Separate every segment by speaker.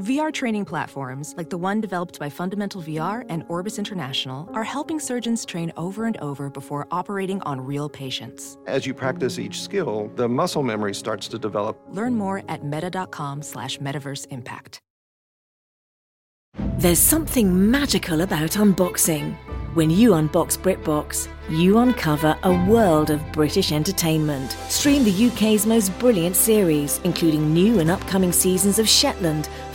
Speaker 1: VR training platforms, like the one developed by Fundamental VR and Orbis International, are helping surgeons train over and over before operating on real patients.
Speaker 2: As you practice each skill, the muscle memory starts to develop.
Speaker 1: Learn more at meta.com slash metaverse impact.
Speaker 3: There's something magical about unboxing. When you unbox BritBox, you uncover a world of British entertainment. Stream the UK's most brilliant series, including new and upcoming seasons of Shetland,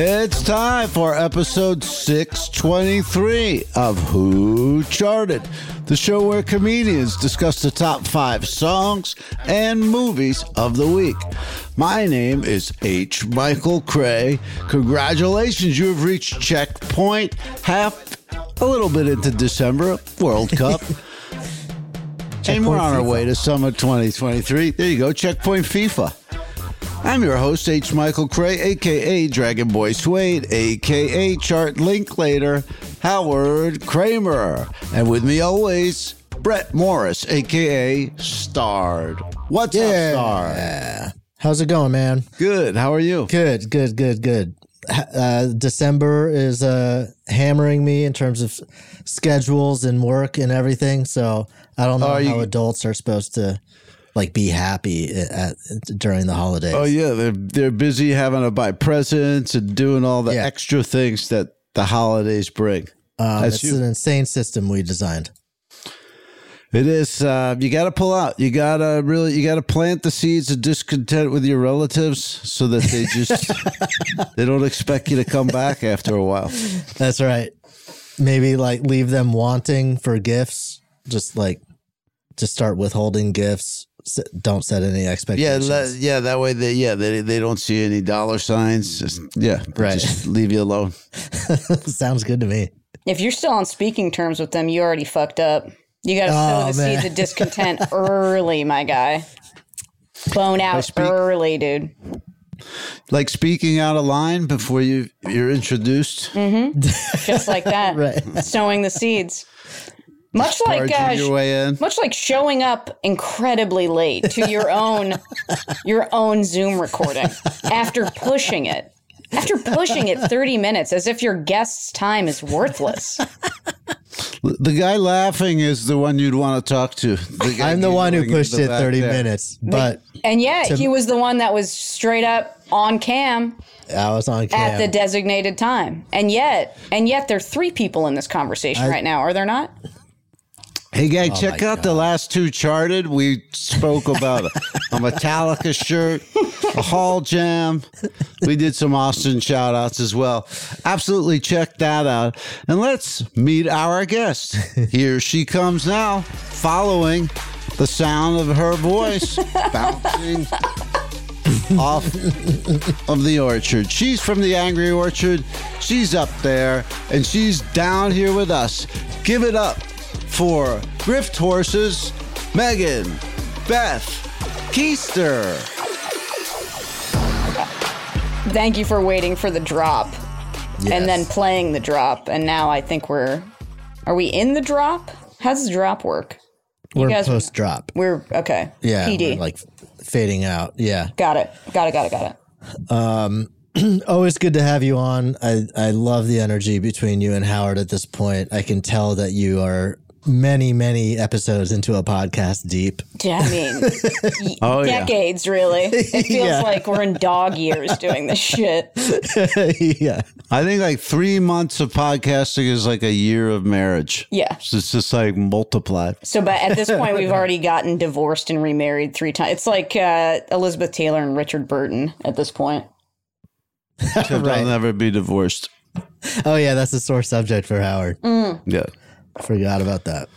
Speaker 4: It's time for episode 623 of Who Charted, the show where comedians discuss the top five songs and movies of the week. My name is H. Michael Cray. Congratulations, you have reached checkpoint half a little bit into December, World Cup. and we're on our way to summer 2023. There you go, checkpoint FIFA. I'm your host, H. Michael Cray, aka Dragon Boy Suede, aka Chart Linklater, Howard Kramer. And with me always, Brett Morris, aka Starred. What's up, Starred?
Speaker 5: How's it going, man?
Speaker 4: Good. How are you?
Speaker 5: Good, good, good, good. H- Uh, December is uh, hammering me in terms of schedules and work and everything. So I don't know
Speaker 4: Are
Speaker 5: how
Speaker 4: you-
Speaker 5: adults are supposed to like be happy at, at, during the holidays.
Speaker 4: Oh yeah, they're they're busy having to buy presents and doing all the
Speaker 5: Yeah.
Speaker 4: extra things that the holidays bring.
Speaker 5: um,
Speaker 4: that's
Speaker 5: it's
Speaker 4: you.
Speaker 5: an insane system we designed.
Speaker 4: It is. Uh, you got to pull out. You got to really. You got to plant the seeds of discontent with your relatives so that they just they don't expect you to come back after a while.
Speaker 5: That's right. Maybe like leave them wanting for gifts. Just like just start withholding gifts. S- don't set any
Speaker 4: Yeah,
Speaker 5: expectations.
Speaker 4: that, yeah. That way, they yeah they they don't see any dollar signs. Just, yeah,
Speaker 5: Right.
Speaker 4: Just leave you alone.
Speaker 5: Sounds good to me.
Speaker 6: If you're still on speaking terms with them, you already fucked up. You got to sow
Speaker 5: Oh,
Speaker 6: the
Speaker 5: man.
Speaker 6: seeds of discontent early, my guy. Blown out
Speaker 4: speak-
Speaker 6: early, dude.
Speaker 4: Like speaking out of line before you you're introduced.
Speaker 6: Just like that.
Speaker 5: Right.
Speaker 6: Sowing the seeds. Much like
Speaker 4: charging
Speaker 6: uh,
Speaker 4: your way in.
Speaker 6: much like showing up incredibly late to your own your own Zoom recording after pushing it. After pushing it 30 minutes as if your guest's time is worthless.
Speaker 4: The guy laughing is the one you'd want to talk to. The guy
Speaker 5: I'm the one who
Speaker 4: giggling in
Speaker 5: pushed
Speaker 4: the
Speaker 5: it
Speaker 4: back
Speaker 5: 30
Speaker 4: there.
Speaker 5: minutes, but
Speaker 6: And yeah, he was the one that was straight up on cam
Speaker 5: I was on
Speaker 6: at
Speaker 5: cam.
Speaker 6: the designated time. And yet, and yet there are three people in this conversation right now, are there not?
Speaker 4: Hey gang, check
Speaker 5: my
Speaker 4: out the last two charted. We spoke about a, a Metallica shirt, a Hall Jam. We did some Austin shout outs as well. Absolutely check that out. And let's meet our guest. Here she comes now, following the sound of her voice bouncing off of the orchard. She's from the Angry Orchard. She's up there and she's down here with us. Give it up for Rift Horses, Megan, Beth, Keister.
Speaker 6: Thank you for waiting for the drop
Speaker 5: Yes.
Speaker 6: and then playing the drop. And now I think we're are we in the drop? How's the drop work?
Speaker 5: we're
Speaker 6: guys were-
Speaker 5: post drop.
Speaker 6: We're okay.
Speaker 5: Yeah,
Speaker 6: PD.
Speaker 5: we're, like fading out. Yeah,
Speaker 6: got it. Got it. Got it. Got it.
Speaker 5: always good to have you on. I I love the energy between you and Howard at this point. I can tell that you are many many episodes into a podcast deep.
Speaker 6: Yeah, I mean, y-
Speaker 5: Oh,
Speaker 6: decades really. It feels like we're in dog years doing this shit.
Speaker 5: yeah,
Speaker 4: I think like three months of podcasting is like a year of marriage.
Speaker 6: Yeah.
Speaker 4: So it's just like multiplied.
Speaker 6: So, but at this point, we've already gotten divorced and remarried three times. It's like uh, Elizabeth Taylor and Richard Burton at this point.
Speaker 4: Except I'll never be divorced.
Speaker 5: Oh yeah, that's a sore subject for Howard.
Speaker 6: Mm.
Speaker 4: Yeah.
Speaker 5: Forgot about that.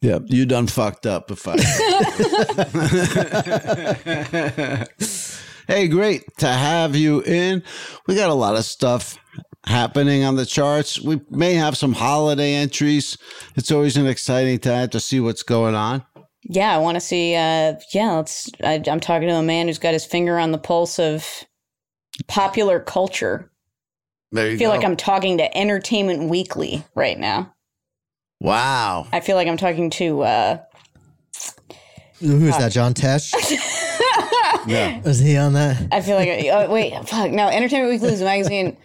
Speaker 4: Yeah. You done fucked up if I. Hey, great to have you in. We got a lot of stuff happening on the charts. We may have some holiday entries. It's always an exciting time to see what's going on.
Speaker 6: yeah, I want to see. Uh, yeah, let's. I, I'm talking to a man who's got his finger on the pulse of popular culture.
Speaker 7: There you
Speaker 6: I feel
Speaker 7: go.
Speaker 6: like I'm talking to Entertainment Weekly right now.
Speaker 7: Wow.
Speaker 6: I feel like I'm talking to. Uh,
Speaker 5: Who is that? John Tesh?
Speaker 7: Yeah.
Speaker 5: Is he on that?
Speaker 6: I feel like. oh, wait, fuck no! Entertainment Weekly is a magazine.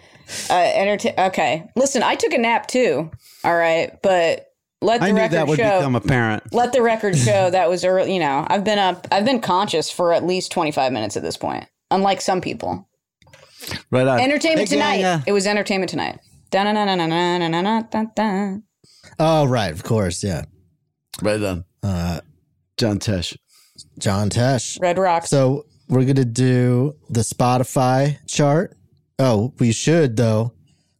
Speaker 6: Uh, entertain. Okay, listen. I took a nap too. All right, but let the
Speaker 4: I knew
Speaker 6: record
Speaker 4: that would
Speaker 6: show.
Speaker 4: become apparent.
Speaker 6: let the record show that was early. You know, I've been up. I've been conscious for at least 25 minutes at this point. Unlike some people.
Speaker 7: Right on.
Speaker 6: Entertainment
Speaker 4: Hey,
Speaker 6: Tonight.
Speaker 4: Gaga.
Speaker 6: It was Entertainment Tonight. Da-na-na-na-na-na-na-na-na-na.
Speaker 5: Oh, right, of course, yeah. Uh,
Speaker 7: Right on. John Tesh.
Speaker 5: John Tesh.
Speaker 6: Red Rocks.
Speaker 5: So we're gonna do the Spotify chart. Oh, we should though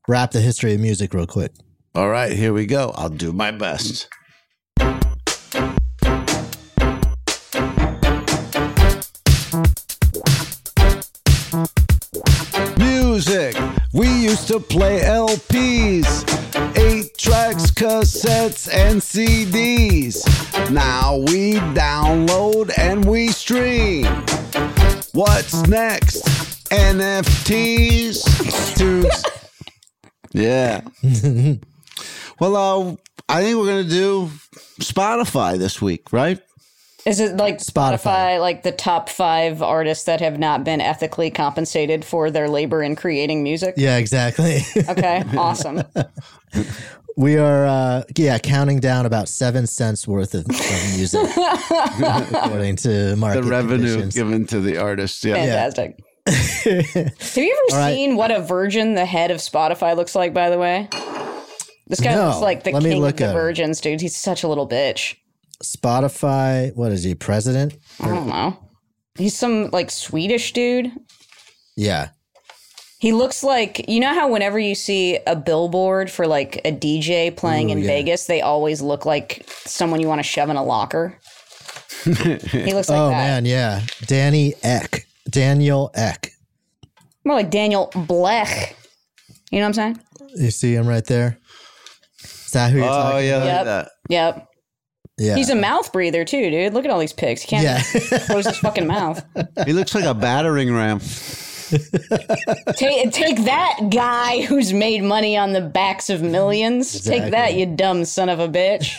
Speaker 5: wrap the history of music real quick.
Speaker 7: All right, here we go. I'll do my best. Music. We used to play LPs, eight tracks, cassettes, and CDs. Now we download and we stream. What's next? NFTs. Dudes. yeah. Well, uh, I think we're gonna do Spotify this week, right?
Speaker 6: Is it like
Speaker 5: Spotify.
Speaker 6: Spotify. like the top five artists that have not been ethically compensated for their labor in creating music?
Speaker 5: Yeah, exactly.
Speaker 6: Okay, awesome.
Speaker 5: we are uh yeah, counting down about seven cents worth of, of music according to market.
Speaker 7: The revenue
Speaker 5: conditions.
Speaker 7: given to the artist. Yeah.
Speaker 6: Fantastic. have you ever
Speaker 5: right.
Speaker 6: seen what a virgin the head of Spotify looks like, by the way? This guy
Speaker 5: No.
Speaker 6: looks like the
Speaker 5: Let me
Speaker 6: king
Speaker 5: look
Speaker 6: of the
Speaker 5: at him.
Speaker 6: virgins, dude. He's such a little bitch.
Speaker 5: Spotify, what is he, president?
Speaker 6: I don't know. He's some like Swedish dude.
Speaker 5: Yeah.
Speaker 6: He looks like you know how whenever you see a billboard for like a DJ playing in Vegas, they always look like someone you want to shove in a locker. he looks like
Speaker 5: oh
Speaker 6: that.
Speaker 5: man, yeah. Danny Eck. Daniel Eck.
Speaker 6: More like Daniel Blech. You know what I'm saying?
Speaker 5: You see him right there? Is that who you're
Speaker 7: Oh
Speaker 5: talking
Speaker 7: yeah, like
Speaker 6: Yep.
Speaker 7: that.
Speaker 6: Yep.
Speaker 5: Yeah.
Speaker 6: He's a mouth breather too, dude. Look at all these pigs. He can't
Speaker 5: Yeah.
Speaker 6: close his fucking mouth.
Speaker 4: He looks like a battering ram.
Speaker 6: Take, take that guy who's made money on the backs of millions. Take that, you dumb son of a bitch.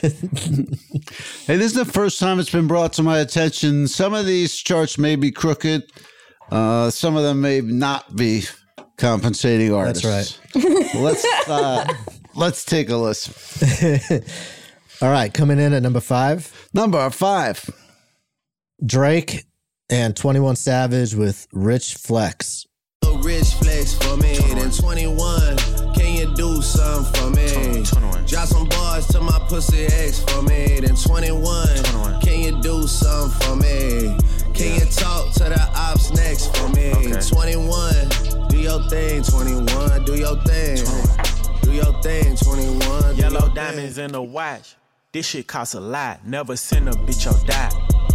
Speaker 4: Hey, this is the first time it's been brought to my attention. Some of these charts may be crooked. Uh, some of them may not be compensating artists. right. let's uh, let's take a listen.
Speaker 5: All right, coming in at number five,
Speaker 4: Number five.
Speaker 5: Drake and 21 Savage with Rich Flex.
Speaker 8: A rich flex for me. Then 21, can you do something for me? Drop some bars to my pussy ex for me. Then 21, can you do something for me? Can you talk to the ops next for me? 21, do your thing. 21, do your thing. Do your thing. 21, do
Speaker 9: Yellow
Speaker 8: your
Speaker 9: diamonds in the watch. This shit costs a lot. Never send a bitch or die.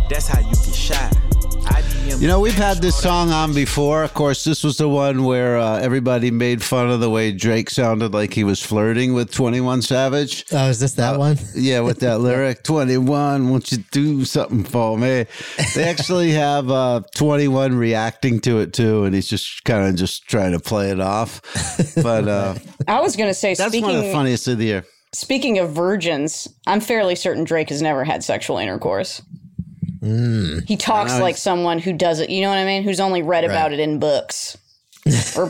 Speaker 9: That's how you get shot. IDM
Speaker 4: You know, we've had this song on before. Of course, this was the one where uh, everybody made fun of the way Drake sounded like he was flirting with 21 Savage.
Speaker 5: Oh, is this that one?
Speaker 4: Yeah, with that lyric, 21, won't you do something for me? They actually have uh, 21 reacting to it too, and he's just kind of just trying to play it off. But uh,
Speaker 6: I was gonna say,
Speaker 4: that's
Speaker 6: speaking
Speaker 4: one of the funniest of the year.
Speaker 6: Speaking of virgins, I'm fairly certain Drake has never had sexual intercourse.
Speaker 5: Hmm.
Speaker 6: he talks like someone who does it. You know what I mean? Who's only read about it in books or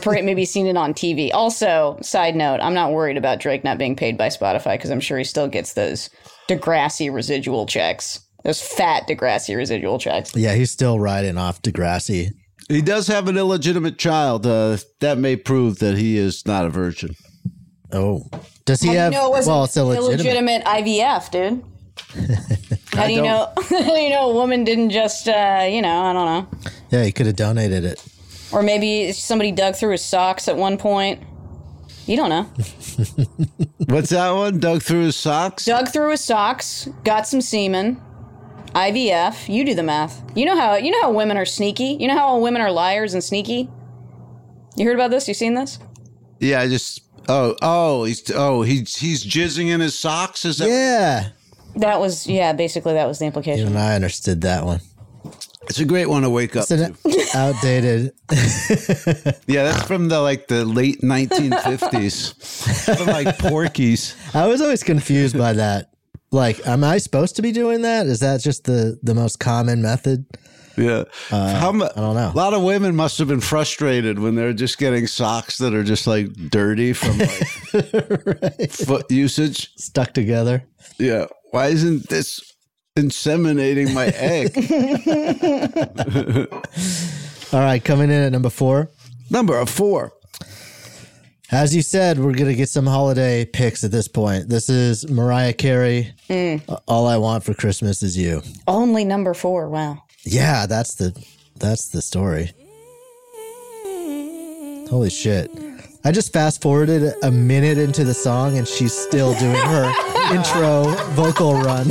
Speaker 6: per- maybe seen it on TV. Also, side note, I'm not worried about Drake not being paid by Spotify because I'm sure he still gets those Degrassi residual checks. Those fat Degrassi residual checks.
Speaker 5: Yeah, he's still riding off Degrassi.
Speaker 4: He does have an illegitimate child. Uh, that may prove that he is not a virgin.
Speaker 5: Oh, does he
Speaker 6: How do
Speaker 5: have?
Speaker 6: you know it wasn't
Speaker 5: well, it's illegitimate.
Speaker 6: illegitimate IVF, dude? How do you know? How do you know a woman didn't just, uh, you know, I don't know.
Speaker 5: Yeah, he could have donated it.
Speaker 6: Or maybe somebody dug through his socks at one point. You don't know.
Speaker 4: What's that one? Dug through his socks?
Speaker 6: Dug through his socks, got some semen. IVF, you do the math. You know how you know how women are sneaky? You know how all women are liars and sneaky? You heard about this? You seen this?
Speaker 4: Yeah, I just. Oh, oh, he's oh, he's he's jizzing in his socks. Is that?
Speaker 5: Yeah,
Speaker 6: That was yeah, basically that was the
Speaker 5: You
Speaker 6: implication.
Speaker 5: and I understood that one.
Speaker 4: It's a great one to wake up
Speaker 5: It's an
Speaker 4: to.
Speaker 5: outdated.
Speaker 4: Yeah, that's from the like the late 1950s. from like Porky's.
Speaker 5: I was always confused by that. Like, am I supposed to be doing that? Is that just the the most common method?
Speaker 4: Yeah. How mu-
Speaker 5: I don't know.
Speaker 4: A lot of women must have been frustrated when they're just getting socks that are just like dirty from like foot usage.
Speaker 5: Stuck together.
Speaker 4: Yeah. Why isn't this inseminating my egg?
Speaker 5: All right, coming in at number four.
Speaker 4: Number four.
Speaker 5: As you said, we're gonna get some holiday picks at this point. This is Mariah Carey. All I want for Christmas is you.
Speaker 6: Only number four. Wow.
Speaker 5: Yeah, that's the that's the story. Holy shit. I just fast forwarded a minute into the song and she's still doing her intro vocal run.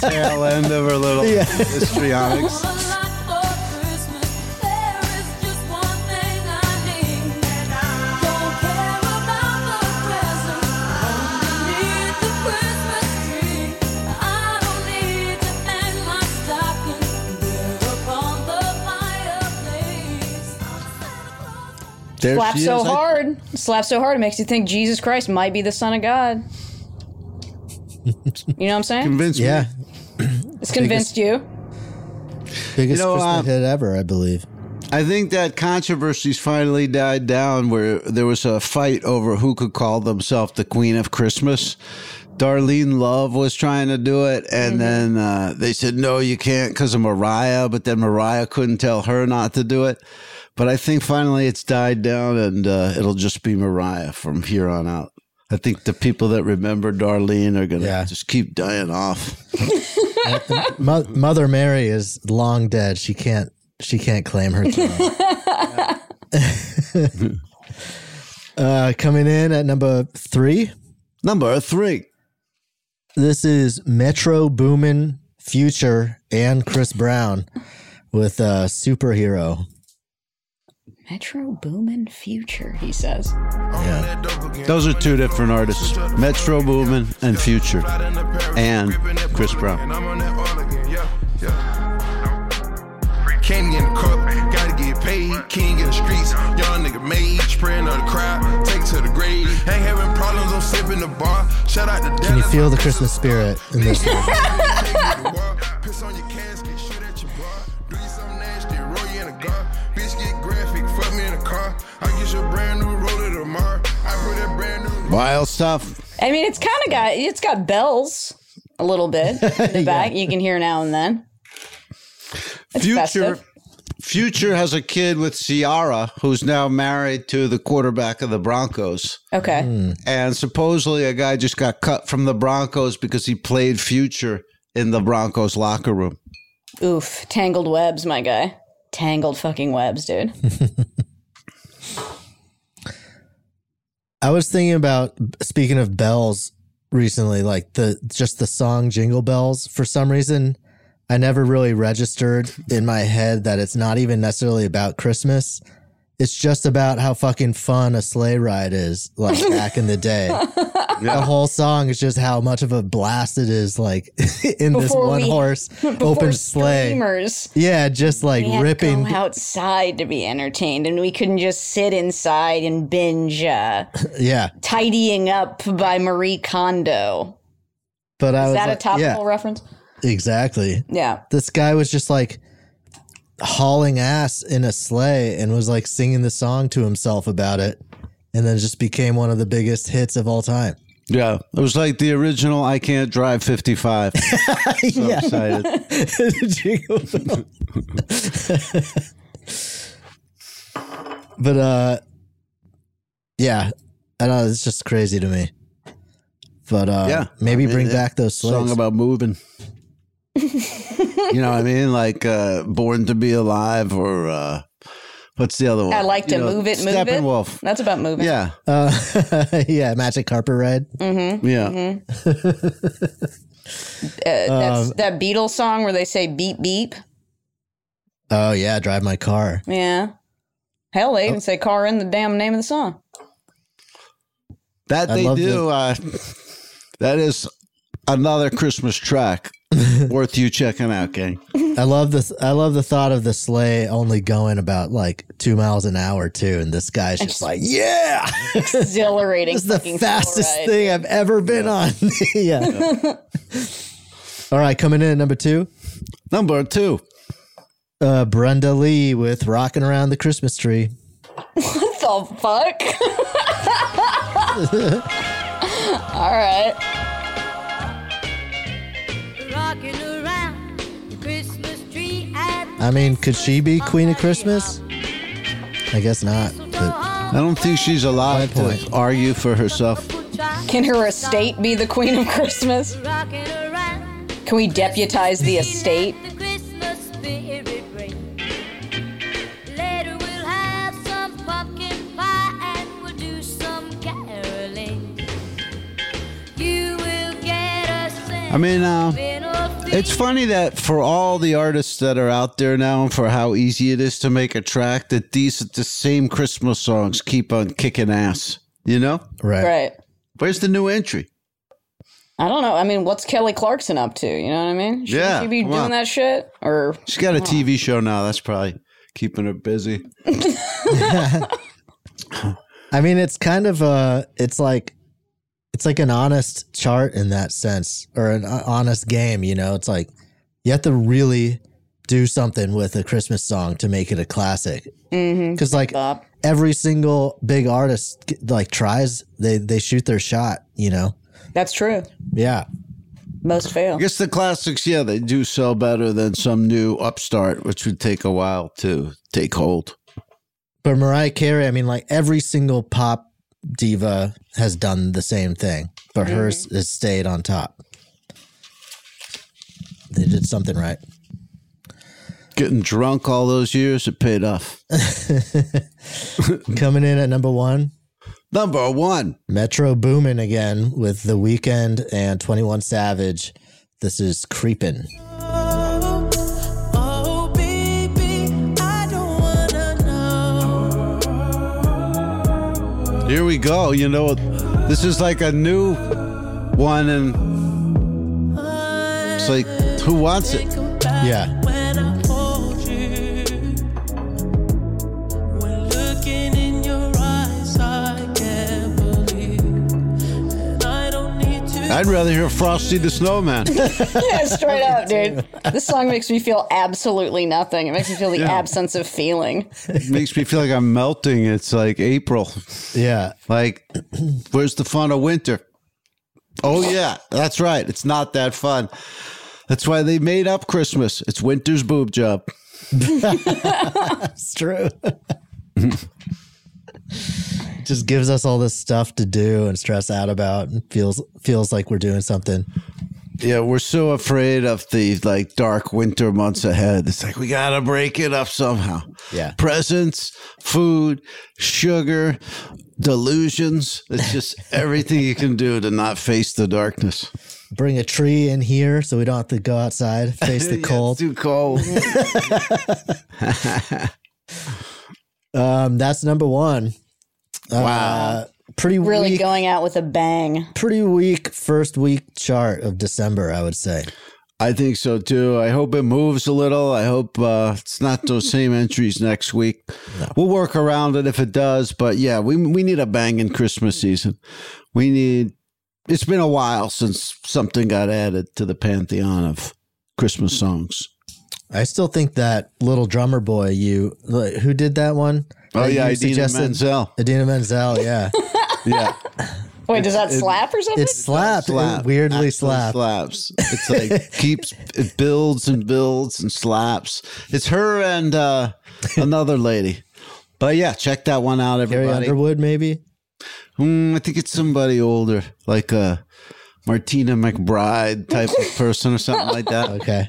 Speaker 4: Tail end of her little histrionics. There
Speaker 6: Slap
Speaker 4: she
Speaker 6: so
Speaker 4: is. I-
Speaker 6: hard. Slap so hard it makes you think Jesus Christ might be the Son of God. You know what I'm saying?
Speaker 4: Convince
Speaker 5: yeah.
Speaker 4: me.
Speaker 6: It's convinced you.
Speaker 5: Biggest
Speaker 4: You know,
Speaker 5: Christmas
Speaker 4: um,
Speaker 5: hit ever, I believe.
Speaker 4: I think that controversies finally died down where there was a fight over who could call themselves the Queen of Christmas. Darlene Love was trying to do it, and then uh, they said, no, you can't because of Mariah, but then Mariah couldn't tell her not to do it. But I think finally it's died down, and uh, it'll just be Mariah from here on out. I think the people that remember Darlene are going to
Speaker 5: Yeah.
Speaker 4: just keep dying off.
Speaker 5: Mo- Mother Mary is long dead. She can't she can't claim her throne. uh, coming in at number three.
Speaker 4: Number three.
Speaker 5: This is Metro Boomin, Future, and Chris Brown with uh, superhero.
Speaker 6: Metro Boomin Future, he says.
Speaker 5: Yeah.
Speaker 4: Those are two different artists, Metro Boomin and Future, and Chris Brown.
Speaker 8: Candy in the cup, gotta get paid. King in the streets, young nigga made. Spraying on the crowd, take to the grave. Ain't having problems, I'm sipping the bar. Shout out to
Speaker 5: Can you feel the Christmas spirit in this? one?
Speaker 8: Piss on your casket, shoot at your bar. Do you something nasty, roll you in a car. Bitch get graphic, fuck me in a car. I get your brand new roller tomorrow. I put that brand new.
Speaker 4: Wild stuff.
Speaker 6: I mean, it's kind of got it's got bells a little bit in the back. You can hear now and then. It's
Speaker 4: Future.
Speaker 6: festive.
Speaker 4: Future has a kid with Ciara, who's now married to the quarterback of the Broncos.
Speaker 6: Okay.
Speaker 4: And supposedly, a guy just got cut from the Broncos because he played Future in the Broncos locker room.
Speaker 6: Oof, tangled webs, my guy. Tangled fucking webs, dude.
Speaker 5: I was thinking about speaking of bells recently, like the just the song Jingle Bells. For some reason, I never really registered in my head that it's not even necessarily about Christmas. It's just about how fucking fun a sleigh ride is, like back in the day. The whole song is just how much of a blast it is, like in this
Speaker 6: Before
Speaker 5: one
Speaker 6: we-
Speaker 5: horse
Speaker 6: Before
Speaker 5: open sleigh.
Speaker 6: Streamers
Speaker 5: Yeah, just like
Speaker 6: had
Speaker 5: ripping.
Speaker 6: to go outside to be entertained, and we couldn't just sit inside and binge uh,
Speaker 5: Yeah,
Speaker 6: tidying up by Marie Kondo.
Speaker 5: but I
Speaker 6: Is
Speaker 5: was
Speaker 6: that
Speaker 5: like,
Speaker 6: a topical
Speaker 5: yeah,
Speaker 6: reference?
Speaker 5: exactly.
Speaker 6: Yeah.
Speaker 5: this guy was just like hauling ass in a sleigh and was like singing the song to himself about it and then just became one of the biggest hits of all time
Speaker 4: Yeah, it was like the original "I Can't Drive 55." so excited.
Speaker 5: Jingle bell. but uh yeah i know it's just crazy to me but uh
Speaker 4: Yeah.
Speaker 5: maybe
Speaker 4: I mean,
Speaker 5: bring
Speaker 4: it-
Speaker 5: back those
Speaker 4: song
Speaker 5: sleighs
Speaker 4: about moving. you know what I mean? Like uh, Born to Be Alive or uh, what's the other one?
Speaker 6: I like to
Speaker 4: You know,
Speaker 6: move it, move it.
Speaker 4: Steppenwolf.
Speaker 6: That's about moving.
Speaker 4: Yeah.
Speaker 5: uh, yeah magic carpet ride
Speaker 4: yeah.
Speaker 6: Mm-hmm. Uh, that's that Beatles song where they say beep beep.
Speaker 5: oh yeah drive my car
Speaker 6: Yeah. Hell, they even say car in the damn name of the song.
Speaker 4: That
Speaker 5: I
Speaker 4: they
Speaker 5: love
Speaker 4: do.
Speaker 5: the-
Speaker 4: Uh, that is another Christmas track worth you checking out, gang.
Speaker 5: I love this. I love the thought of the sleigh only going about like two miles an hour too, and this guy's just like, "Yeah,
Speaker 6: Exhilarating.
Speaker 5: this is the
Speaker 6: fucking
Speaker 5: fastest
Speaker 6: thrill ride.
Speaker 5: thing I've ever been on." yeah. All right, coming in at number two,
Speaker 4: Number two.
Speaker 5: uh, Brenda Lee with "Rocking Around the Christmas Tree."
Speaker 6: What the fuck? All right.
Speaker 10: Rocking around the Christmas tree at
Speaker 5: I mean, could she be Queen of Christmas? I guess not. But
Speaker 4: I don't think she's allowed to argue for herself.
Speaker 6: Can her estate be the queen of Christmas?
Speaker 10: rocking around
Speaker 6: Can we deputize the estate?
Speaker 10: the Christmas spirit ring. Later we'll have some pumpkin pie and we'll do some caroling. You will get a
Speaker 4: I mean, uh,
Speaker 10: sentinel
Speaker 4: It's funny that for all the artists that are out there now and for how easy it is to make a track, that these the same Christmas songs keep on kicking ass. You know?
Speaker 5: right.
Speaker 6: Right.
Speaker 4: Where's the new entry?
Speaker 6: I don't know. I mean, what's Kelly Clarkson up to? You know what I mean? Should
Speaker 4: Yeah,
Speaker 6: she be
Speaker 4: come
Speaker 6: doing
Speaker 4: on.
Speaker 6: that shit? Or
Speaker 4: She's got a TV show now. That's probably keeping her busy.
Speaker 5: I mean, it's kind of a, it's like, it's like an honest chart in that sense, or an ho- honest game. You know, it's like you have to really do something with a Christmas song to make it a classic. Because like
Speaker 6: Bop.
Speaker 5: every single big artist g- like tries, they they shoot their shot. You know,
Speaker 6: that's true.
Speaker 5: yeah,
Speaker 6: Most fail.
Speaker 4: I guess the classics, yeah, they do sell better than some new upstart, which would take a while to take hold.
Speaker 5: But Mariah Carey, I mean, like every single pop diva has done the same thing, but hers has stayed on top. They did something right.
Speaker 4: Getting drunk all those years, it paid off.
Speaker 5: Coming in at number one,
Speaker 4: Number one.
Speaker 5: Metro Boomin again with The Weeknd and 21 Savage. This is Creepin'.
Speaker 10: Oh baby, I don't wanna know.
Speaker 4: Here we go. You know, this is like a new one, and it's like, who wants it?
Speaker 5: Yeah.
Speaker 10: When I hold you, when looking in your eyes, I can't believe. And I don't need to.
Speaker 4: I'd rather hear Frosty the Snowman.
Speaker 6: yeah, straight up, dude. This song makes me feel absolutely nothing. It makes me feel the absence of feeling.
Speaker 4: It makes me feel like I'm melting. It's like April.
Speaker 5: Yeah.
Speaker 4: Like, where's the fun of winter? Oh, yeah, that's right. It's not that fun. That's why they made up Christmas. It's winter's boob job.
Speaker 5: It's true. Just gives us all this stuff to do and stress out about and feels feels like we're doing something.
Speaker 4: Yeah, we're so afraid of the like dark winter months ahead. It's like we gotta break it up somehow.
Speaker 5: Yeah.
Speaker 4: Presents, food, sugar, delusions. It's just everything you can do to not face the darkness.
Speaker 5: bring a tree in here so we don't have to go outside face the
Speaker 4: Yeah, it's
Speaker 5: cold
Speaker 4: too cold.
Speaker 5: um that's number one
Speaker 4: wow.
Speaker 5: pretty
Speaker 6: Really
Speaker 5: weak,
Speaker 6: going out with a bang.
Speaker 5: pretty weak first week chart of december i would say
Speaker 4: I think so too. I hope it moves a little. I hope uh, it's not those same entries next week. We'll work around it if it does. But yeah, we we need a banging Christmas season. We need. It's been a while since something got added to the pantheon of Christmas songs.
Speaker 5: i still think that little drummer boy you like, who did that one
Speaker 4: Oh
Speaker 5: That
Speaker 4: yeah,
Speaker 5: you
Speaker 4: Idina
Speaker 5: suggested?
Speaker 4: Menzel.
Speaker 5: Adina Menzel, yeah.
Speaker 4: Yeah,
Speaker 6: Wait, does that slap or something?
Speaker 5: It slapped.
Speaker 4: slap.
Speaker 5: It weirdly
Speaker 4: Absolutely
Speaker 5: slapped.
Speaker 4: slaps. It's like keeps it builds and builds and slaps. It's her and uh, another lady. But yeah, check that one out,
Speaker 5: Carrie
Speaker 4: everybody.
Speaker 5: Underwood, maybe?
Speaker 4: Mm, I think it's somebody older, like a Martina McBride type of person or something like that.
Speaker 5: Okay.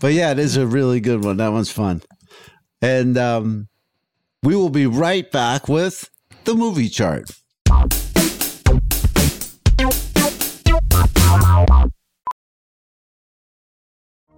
Speaker 4: But yeah, it is a really good one. That one's fun. And um, we will be right back with the movie chart.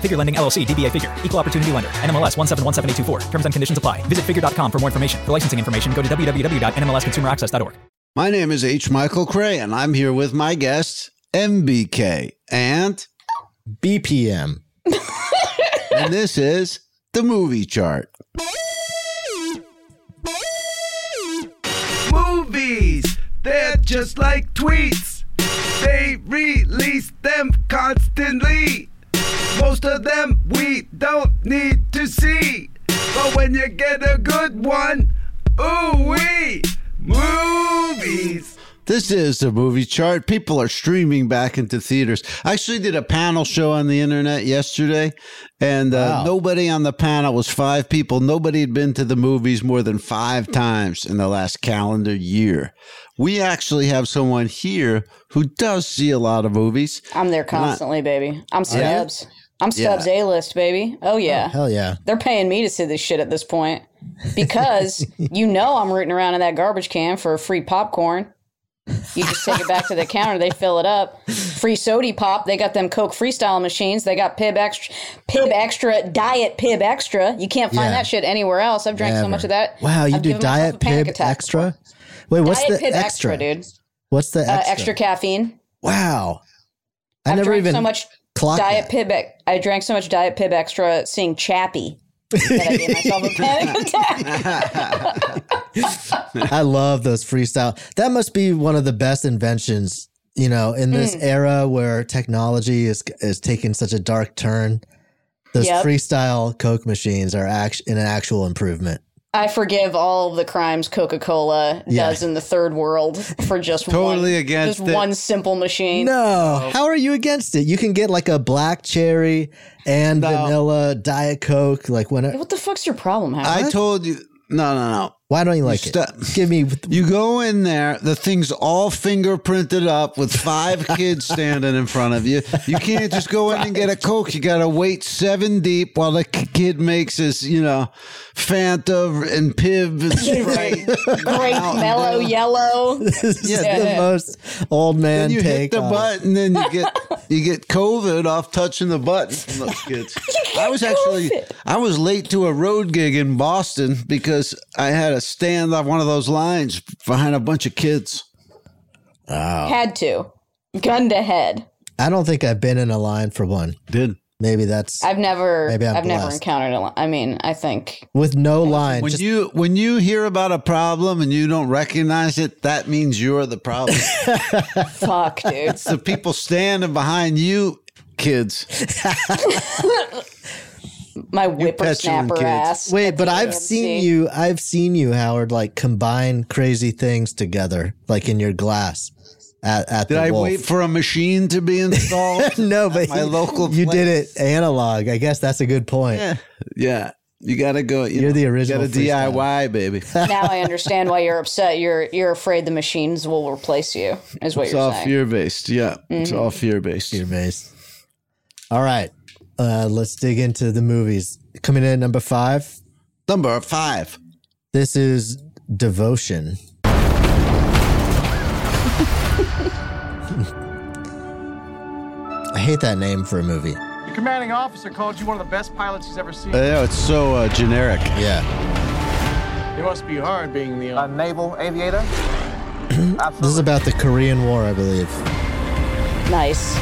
Speaker 11: Figure Lending LLC, DBA Figure, Equal Opportunity Lender, NMLS 1717824. Terms and conditions apply. Visit figure.com for more information. For licensing information, go to www.nmlsconsumeraccess.org.
Speaker 4: My name is H. Michael Cray, and I'm here with my guest, MBK and
Speaker 5: BPM.
Speaker 4: and this is the movie chart.
Speaker 12: Movies, they're just like tweets, they release them constantly. Most of them we don't need to see. But when you get a good one, ooh wee, movies.
Speaker 4: This is the movie chart. People are streaming back into theaters. I actually did a panel show on the internet yesterday, and uh,
Speaker 5: Wow.
Speaker 4: nobody on the panel was five people. Nobody had been to the movies more than five times in the last calendar year. We actually have someone here who does see a lot of movies.
Speaker 6: I'm there
Speaker 4: I-
Speaker 6: constantly, baby. I'm Stubbs. I'm
Speaker 4: Yeah.
Speaker 6: Stubbs A list, baby. Oh yeah.
Speaker 5: Hell yeah.
Speaker 6: They're paying me to see this shit at this point because you know I'm rooting around in that garbage can for free popcorn. You just take it back to the counter, they fill it up. Free sody pop. They got them Coke freestyle machines. They got Pib extra, Pib extra, Diet Pib extra. You can't find
Speaker 5: Yeah.
Speaker 6: that shit anywhere else. I've drank so
Speaker 5: Ever.
Speaker 6: much of that.
Speaker 5: Wow, you
Speaker 6: I've
Speaker 5: do
Speaker 6: given myself a
Speaker 5: diet
Speaker 6: panic
Speaker 5: pib
Speaker 6: attack.
Speaker 5: extra? Wait, what's
Speaker 6: Diet
Speaker 5: the
Speaker 6: Pib
Speaker 5: extra?
Speaker 6: dude?
Speaker 5: What's the
Speaker 6: Uh,
Speaker 5: extra?
Speaker 6: extra caffeine.
Speaker 5: Wow. I
Speaker 6: I've
Speaker 5: never
Speaker 6: drank
Speaker 5: even
Speaker 6: so much
Speaker 5: clocked
Speaker 6: diet pib. ex- I drank so much diet pib extra seeing Chappie that I gave myself a panic attack.
Speaker 5: I love those freestyle. That must be one of the best inventions, you know, in this
Speaker 6: Mm.
Speaker 5: era where technology is is taking such a dark turn. Those
Speaker 6: Yep.
Speaker 5: freestyle Coke machines are act- an actual improvement.
Speaker 6: I forgive all of the crimes Coca Cola
Speaker 5: Yeah.
Speaker 6: does in the third world for just
Speaker 4: Totally
Speaker 6: one,
Speaker 4: against
Speaker 6: just
Speaker 4: it.
Speaker 6: one simple machine.
Speaker 5: No, how are you against it? You can get like a black cherry and vanilla Diet Coke. Like when?
Speaker 6: What the fuck's your problem? Howard?
Speaker 4: I told you. No, no, no.
Speaker 5: why don't you like
Speaker 4: Stop.
Speaker 5: it? Give me
Speaker 4: You go in there, the thing's all fingerprinted up with five kids standing in front of you. You can't just go in and get a Coke. You got to wait seven deep while the k- kid makes his, you know, Fanta and Piv. And Sprite.
Speaker 6: Great mellow yellow.
Speaker 5: this is
Speaker 6: Yeah.
Speaker 5: the most old man
Speaker 4: Then you hit
Speaker 5: take.
Speaker 4: the
Speaker 5: on it.
Speaker 4: button and you get you get COVID off touching the button. Look, kids. I was actually I was late to a road gig in Boston because I had to stand off one of those lines behind a bunch of kids.
Speaker 6: Had to. Gun to head.
Speaker 5: I don't think I've been in a line for one.
Speaker 4: Did
Speaker 5: Maybe that's
Speaker 6: I've never. I've
Speaker 5: Maybe I'm
Speaker 6: never
Speaker 5: blessed.
Speaker 6: encountered. A, li- I mean, I think
Speaker 5: with no line.
Speaker 4: When
Speaker 5: just-
Speaker 4: you when you hear about a problem and you don't recognize it, that means you're the problem.
Speaker 6: fuck, dude.
Speaker 4: it's the people standing behind you, kids.
Speaker 6: My
Speaker 4: petulant
Speaker 6: whippersnapper
Speaker 4: kids.
Speaker 6: ass.
Speaker 5: Wait,
Speaker 6: at
Speaker 5: but
Speaker 6: the
Speaker 5: I've
Speaker 6: AMC.
Speaker 5: seen you. I've seen you, Howard. Like combine crazy things together, like in your glass. At, at
Speaker 4: Did
Speaker 5: the
Speaker 4: I
Speaker 5: Wolf.
Speaker 4: wait for a machine to be installed?
Speaker 5: no, but
Speaker 4: my local
Speaker 5: You did
Speaker 4: place?
Speaker 5: it analog. I guess that's a good point.
Speaker 4: yeah. yeah. You gotta go. You
Speaker 5: You're the original
Speaker 4: Got a
Speaker 5: freestyle.
Speaker 4: DIY baby.
Speaker 6: Now I understand why you're upset. You're you're afraid the machines will replace you. Is what
Speaker 4: It's
Speaker 6: you're
Speaker 4: all
Speaker 6: saying.
Speaker 4: fear based. Yeah, it's
Speaker 5: Mm-hmm.
Speaker 4: all fear based.
Speaker 5: Your base. All right, uh, let's dig into the movies. Coming in at number five.
Speaker 4: Number five.
Speaker 5: This is Devotion. I hate that name for a movie.
Speaker 13: Your commanding officer called you one of the best pilots he's ever seen.
Speaker 4: Yeah, it's so uh, generic.
Speaker 5: Yeah.
Speaker 13: it must be hard being the uh, naval aviator.
Speaker 5: This is about the Korean War, I believe.
Speaker 6: Nice.
Speaker 13: The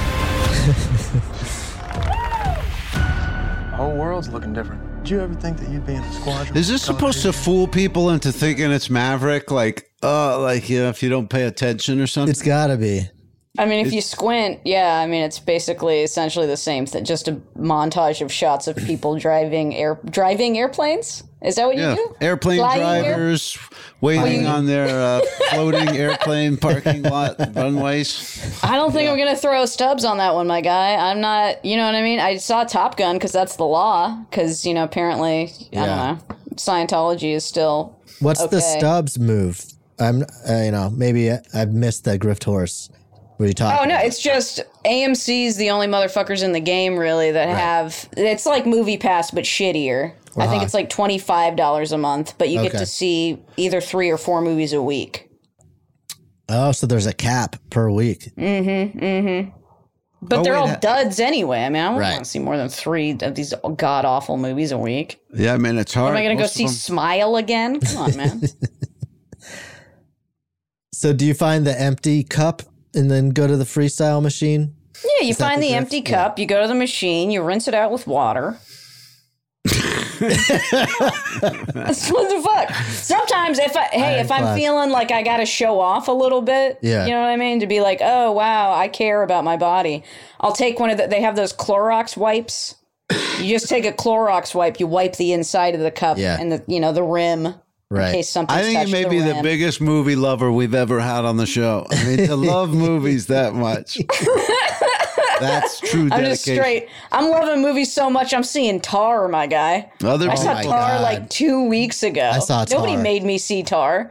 Speaker 13: whole world's looking different. Did you ever think that you'd be in a squadron?
Speaker 4: Is this supposed to fool people into thinking it's Maverick? Like, uh, like you know, if you don't pay attention or something? It's
Speaker 5: gotta be.
Speaker 6: I mean, if you squint, yeah, I mean, it's basically essentially the same thing. Just a montage of shots of people driving air driving airplanes. Is that what
Speaker 4: Yeah,
Speaker 6: you do?
Speaker 4: airplane
Speaker 6: Flying air-
Speaker 4: drivers waiting on their uh, floating airplane parking lot runways.
Speaker 6: I don't think I'm gonna throw stubs on that one, my guy. I'm not. You know what I mean? I saw Top Gun because that's the law. Because you know, apparently, I
Speaker 5: Yeah.
Speaker 6: don't know. Scientology is still.
Speaker 5: What's the
Speaker 6: okay.
Speaker 5: Stubbs move? I'm, uh, you know, maybe I, I missed that grift horse. What are you talking?
Speaker 6: Oh no, it's just AMC's the only motherfuckers in the game really that have it's like movie pass but shittier. I think
Speaker 5: Uh-huh.
Speaker 6: it's like twenty five dollars a month, but you get
Speaker 5: Okay.
Speaker 6: to see either three or four movies a week.
Speaker 5: Oh, so there's a cap per week.
Speaker 6: Mm-hmm. Mm-hmm. But
Speaker 5: Oh,
Speaker 6: they're
Speaker 5: wait,
Speaker 6: all
Speaker 5: that-
Speaker 6: duds anyway. I mean, I don't
Speaker 5: Right.
Speaker 6: want to see more than three of these god awful movies a week.
Speaker 4: Yeah, I mean, it's
Speaker 6: Or
Speaker 4: hard.
Speaker 6: am I going to go
Speaker 4: Most of
Speaker 6: see
Speaker 4: them-
Speaker 6: Smile again? Come on, man.
Speaker 5: So do you find the empty cup and then go to the freestyle machine?
Speaker 6: yeah, you
Speaker 5: Is that
Speaker 6: find
Speaker 5: the
Speaker 6: the,
Speaker 5: drift?
Speaker 6: empty cup, you go to the machine, you rinse it out with water. That's what the fuck. Sometimes if I hey, if I'm
Speaker 5: Ironclad.
Speaker 6: feeling like I gotta show off a little bit,
Speaker 5: Yeah.
Speaker 6: you know what I mean? To be like, oh wow, I care about my body. I'll take one of the they have those Clorox wipes. You just take a Clorox wipe, you wipe the inside of the cup
Speaker 4: Yeah.
Speaker 6: and the you know, the rim.
Speaker 4: Right.
Speaker 6: In case something
Speaker 4: I think
Speaker 6: touched
Speaker 4: you may be the
Speaker 6: rim.
Speaker 4: biggest movie lover we've ever had on the show. I mean, to love movies that much. That's true
Speaker 6: I'm just
Speaker 4: dedication.
Speaker 6: straight. I'm loving movies so much. I'm seeing Tar, my guy.
Speaker 4: Other
Speaker 6: I saw
Speaker 4: people- Oh my
Speaker 6: Tar
Speaker 4: God.
Speaker 6: like two weeks ago.
Speaker 5: I saw
Speaker 6: Nobody
Speaker 5: Tar.
Speaker 6: made me see Tar.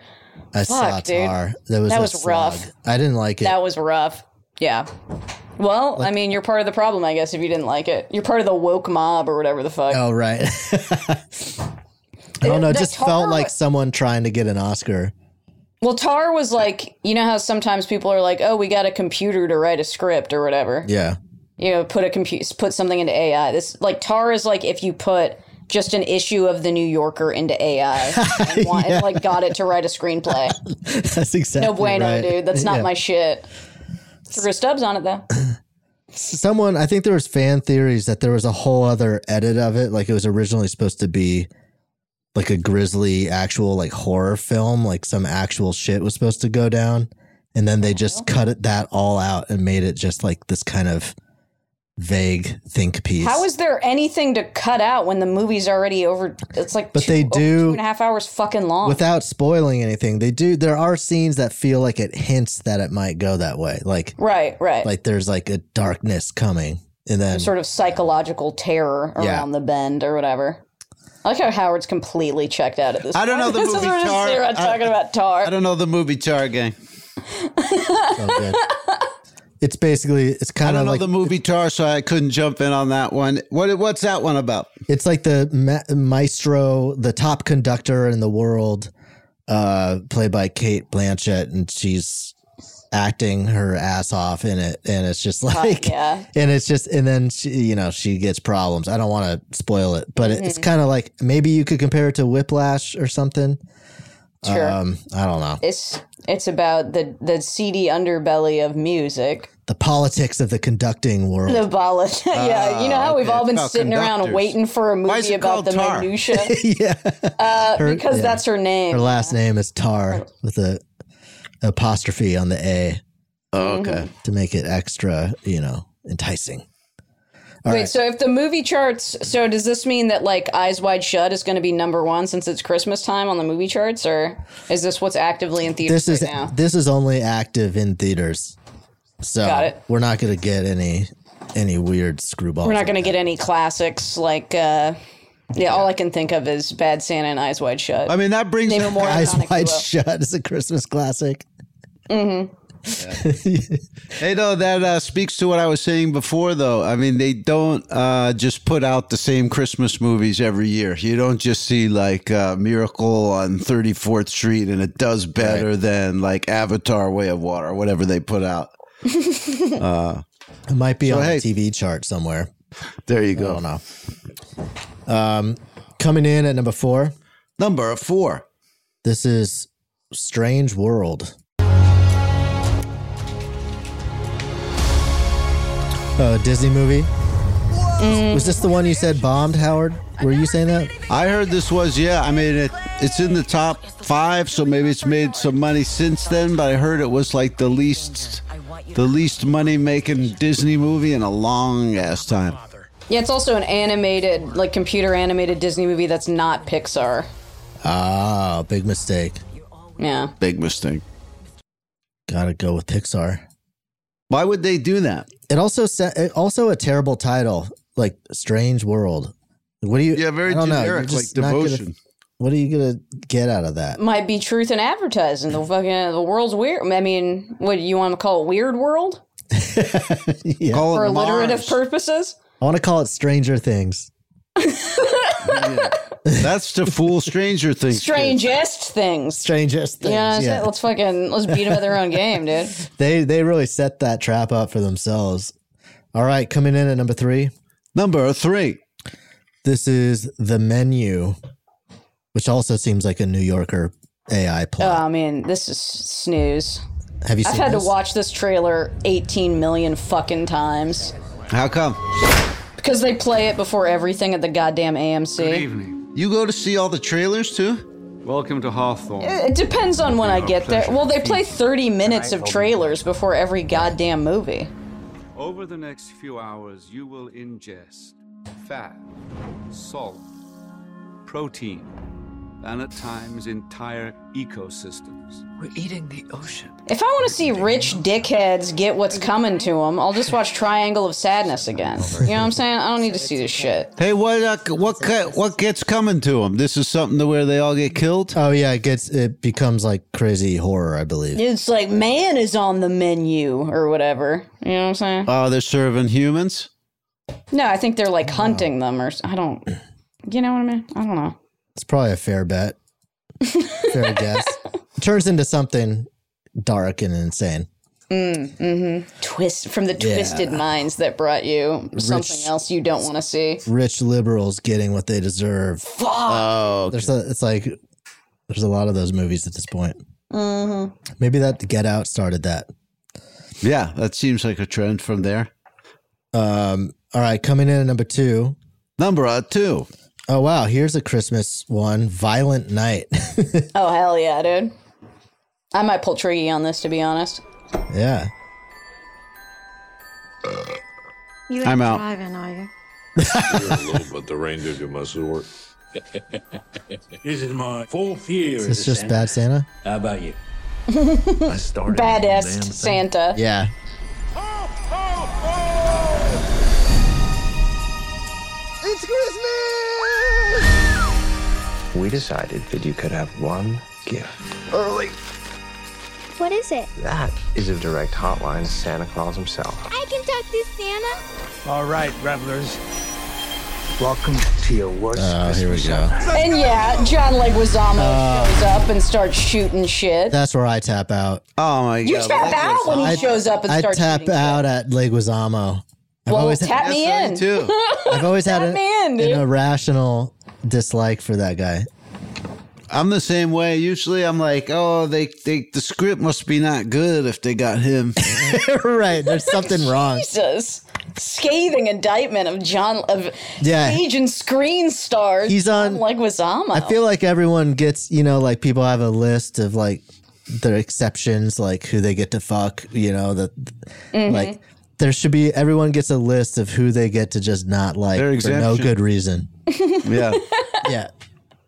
Speaker 5: I saw
Speaker 6: Fuck, dude.
Speaker 5: tar. That was
Speaker 6: That
Speaker 5: a
Speaker 6: was rough.
Speaker 5: slog. I didn't like it.
Speaker 6: That was rough. Yeah. Well, I mean, you're part of the problem, I guess, if you didn't like it. You're part of the woke mob or whatever the fuck.
Speaker 5: oh right. I don't know. It
Speaker 6: The
Speaker 5: just
Speaker 6: Tar
Speaker 5: felt like
Speaker 6: was-
Speaker 5: someone trying to get an Oscar.
Speaker 6: Well, Tar was like, you know how sometimes people are like, oh, we got a computer to write a script or whatever.
Speaker 5: Yeah.
Speaker 6: you know put a computer put something into AI. This like tar is like if you put just an issue of the New Yorker into AI and, want, and, like got it to write a screenplay.
Speaker 5: That's exactly
Speaker 6: no bueno,
Speaker 5: right.
Speaker 6: dude. That's not
Speaker 5: Yeah.
Speaker 6: my shit. Threw stubs on it though.
Speaker 5: someone i think there was fan theories that there was a whole other edit of it like it was originally supposed to be like a grisly actual like horror film like some actual shit was supposed to go down and then they
Speaker 6: Oh.
Speaker 5: just cut it that all out and made it just like this kind of vague think piece
Speaker 6: How is there anything to cut out when the movie's already over? It's like
Speaker 5: But
Speaker 6: two,
Speaker 5: they
Speaker 6: over
Speaker 5: do-
Speaker 6: two and a half hours fucking long.
Speaker 5: without spoiling anything they do there are scenes that feel like it hints that it might go that way like
Speaker 6: right, right.
Speaker 5: like there's like a darkness coming and then
Speaker 6: sort of psychological terror around
Speaker 5: Yeah.
Speaker 6: the bend or whatever. I like how Howard's completely checked out at this.
Speaker 4: I don't know
Speaker 6: point.
Speaker 4: the
Speaker 6: this
Speaker 4: movie
Speaker 6: is where
Speaker 4: Tar.
Speaker 6: Sarah
Speaker 4: I-
Speaker 6: talking about tar.
Speaker 4: I don't know the movie Tar Gang.
Speaker 5: so good. it's basically it's
Speaker 4: I
Speaker 5: kind
Speaker 4: don't
Speaker 5: of
Speaker 4: know
Speaker 5: like
Speaker 4: the movie Tar, so I couldn't jump in on that one. What What's that one about?
Speaker 5: It's like the ma- maestro, the top conductor in the world, uh, played by Kate Blanchett, and she's acting her ass off in it, and it's just
Speaker 6: Fuck,
Speaker 5: like,
Speaker 6: yeah.
Speaker 5: and it's just, and then she, you know, she gets problems. I don't want to spoil it, but it it's
Speaker 6: Mhm.
Speaker 5: kind of like maybe you could compare it to Whiplash or something.
Speaker 6: Sure.
Speaker 5: Um, I don't know
Speaker 6: It's it's about the the seedy underbelly of music.
Speaker 5: the politics of the conducting world.
Speaker 6: The ballet. yeah, you know how we've
Speaker 5: Ah, okay.
Speaker 6: all been
Speaker 5: About
Speaker 6: sitting around
Speaker 5: conductors.
Speaker 6: waiting for a
Speaker 5: Why is
Speaker 6: movie
Speaker 5: it
Speaker 6: about
Speaker 5: called
Speaker 6: the
Speaker 5: Tar?
Speaker 6: minutia.
Speaker 5: yeah,
Speaker 6: uh,
Speaker 5: Her-
Speaker 6: because
Speaker 5: yeah.
Speaker 6: that's her name.
Speaker 5: her last name is Tar with a apostrophe on the A.
Speaker 4: Oh,
Speaker 6: okay. Mhm.
Speaker 5: To make it extra, you know, enticing. All
Speaker 6: Wait,
Speaker 5: right.
Speaker 6: so if the movie charts, so does this mean that like Eyes Wide Shut is going to be number one since it's Christmas time on the movie charts, or is this what's actively in theaters
Speaker 5: This is
Speaker 6: right now?
Speaker 5: this is only active in theaters. So
Speaker 6: Got it.
Speaker 5: we're not going to get any any weird screwballs.
Speaker 6: We're not going to get any classics like. uh yeah, all I can think of is Bad Santa and Eyes Wide Shut.
Speaker 5: I mean,
Speaker 4: that brings
Speaker 6: Name a more
Speaker 5: Eyes
Speaker 6: iconic
Speaker 5: wide
Speaker 6: duo.
Speaker 5: shut is a Christmas classic.
Speaker 6: Mhm.
Speaker 4: Hey, no, that uh, speaks to what I was saying before, though. I mean, they don't uh, just put out the same Christmas movies every year. You don't just see like uh, Miracle on 34th Street and it does better than like Avatar Way of Water, whatever they put out. Uh,
Speaker 5: It might be
Speaker 4: So,
Speaker 5: on
Speaker 4: hey. Oh.
Speaker 5: a TV chart somewhere.
Speaker 4: There you
Speaker 5: go. I don't know. Um, coming in at number four.
Speaker 4: Number four.
Speaker 5: This is Strange World. Oh, a Disney movie. Was this the one you said bombed, Howard? Were you saying that?
Speaker 4: I heard this was yeah. I mean, it, it's in the top five, so maybe it's made some money since then. But I heard it was like the least, the least money making Disney movie in a long ass time.
Speaker 6: Yeah, it's also an animated, like computer animated Disney movie that's not Pixar.
Speaker 5: Ah, big mistake.
Speaker 6: Yeah.
Speaker 4: Big mistake.
Speaker 5: Gotta go with Pixar.
Speaker 4: Why would they do that?
Speaker 5: It also sa- it also a terrible title, like Strange World. What do you?
Speaker 4: Yeah, very
Speaker 5: I don't know,
Speaker 4: generic,
Speaker 5: you're just
Speaker 4: like
Speaker 5: not gonna-
Speaker 4: devotion.
Speaker 5: what are you gonna get out of that?
Speaker 6: Might be truth in advertising. The fucking the world's weird. I mean, what you want to call it? Weird world
Speaker 5: Yeah.
Speaker 6: for alliterative purposes.
Speaker 5: I want to call it Stranger Things.
Speaker 4: That's to fool Stranger Things.
Speaker 6: Strangest things.
Speaker 5: Strangest things.
Speaker 6: yeah,
Speaker 5: Yeah,
Speaker 6: that's it. let's fucking let's beat them at their own game, dude.
Speaker 5: they they really set that trap up for themselves. All right, coming in at number three.
Speaker 4: Number three.
Speaker 5: This is the menu, which also seems like a New Yorker AI plot.
Speaker 6: Oh, I mean, this is snooze.
Speaker 5: Have you
Speaker 6: Uh, I've
Speaker 5: seen
Speaker 6: had
Speaker 5: this?
Speaker 6: to watch this trailer 18 million fucking times
Speaker 4: How come?
Speaker 6: because they play it before everything at the goddamn AMC.
Speaker 2: Good evening.
Speaker 4: You go to see all the trailers too?
Speaker 2: Welcome to Hawthorne.
Speaker 6: It it depends on when I get there. Well, they play 30 minutes of
Speaker 2: Tonight,
Speaker 6: trailers before every goddamn movie.
Speaker 2: Over the next few hours, you will ingest fat, salt, protein, and at times entire ecosystems. We're eating the ocean.
Speaker 6: If I want to see rich dickheads get what's coming to them, I'll just watch Triangle of Sadness again. You know what I'm saying? I don't need to see this shit.
Speaker 4: Hey, what uh, what ca- what gets coming to them? This is something to where they all get killed.
Speaker 5: Oh yeah, it gets it becomes like crazy horror, I believe.
Speaker 6: It's like man is on the menu or whatever. You know what I'm saying?
Speaker 4: Oh, they're serving humans.
Speaker 6: No, I think they're
Speaker 5: Oh,
Speaker 6: like hunting them or s- I don't. You know what I mean? I don't know.
Speaker 5: It's probably a fair bet. Fair guess. Turns into something dark and insane.
Speaker 6: Mm, mm-hmm. Twist from the
Speaker 5: Yeah.
Speaker 6: twisted minds that brought you something
Speaker 5: Rich-
Speaker 6: else you don't want to see.
Speaker 5: Rich liberals getting what they deserve.
Speaker 6: Fuck.
Speaker 4: Oh,
Speaker 5: there's a, it's like there's a lot of those movies at this point.
Speaker 6: Mm-hmm.
Speaker 5: Maybe that Get Out started that.
Speaker 4: Yeah, that seems like a trend from there.
Speaker 5: Um, all right, coming in at number two.
Speaker 4: Number uh, two.
Speaker 5: Oh wow, here's a Christmas one. Violent Night.
Speaker 6: Oh hell yeah, dude! I might pull Triggy on this to be honest.
Speaker 5: yeah.
Speaker 14: You ain't
Speaker 5: I'm out.
Speaker 14: driving, are you?
Speaker 15: but the reindeer do my sword. this is my fourth year.
Speaker 5: Is
Speaker 15: as
Speaker 5: this
Speaker 15: a
Speaker 5: just
Speaker 15: Santa.
Speaker 5: Bad Santa?
Speaker 15: How about you?
Speaker 6: I
Speaker 15: started the damn
Speaker 6: Baddest
Speaker 15: thing.
Speaker 6: Santa.
Speaker 5: Yeah.
Speaker 12: It's Christmas!
Speaker 16: We decided that you could have one gift.
Speaker 12: Early.
Speaker 17: What is it?
Speaker 16: That is a direct hotline to Santa Claus himself.
Speaker 17: I can talk to Santa.
Speaker 16: All right, revelers. Welcome to your worst Christmas ever.
Speaker 6: And yeah, John Leguizamo
Speaker 5: Uh.
Speaker 6: shows up and starts shooting shit.
Speaker 5: That's where I tap out.
Speaker 4: Oh my
Speaker 6: You God, tap Leguizamo. out when he shows up and
Speaker 5: I
Speaker 6: starts
Speaker 5: tap
Speaker 6: shooting
Speaker 5: out at Leguizamo. I've
Speaker 6: well,
Speaker 5: always had-
Speaker 6: tap me in.
Speaker 5: I've always had
Speaker 6: Tap
Speaker 5: an,
Speaker 6: me in, dude.
Speaker 5: an irrational dislike for that guy.
Speaker 4: I'm the same way. Usually, I'm like, oh, they, they the script must be not good if they got him.
Speaker 5: right, there's something wrong.
Speaker 6: Jesus. Scathing indictment of John of
Speaker 5: Yeah.
Speaker 6: stage and screen stars.
Speaker 5: He's on-
Speaker 6: like Leguizamo.
Speaker 5: I feel like everyone gets, you know, like people have a list of like their exceptions, like who they get to fuck, you know, that
Speaker 6: Mhm.
Speaker 5: like there should be everyone gets a list of who they get to just not like
Speaker 4: Their
Speaker 5: for no
Speaker 4: exemption.
Speaker 5: good reason.
Speaker 4: yeah.
Speaker 5: yeah.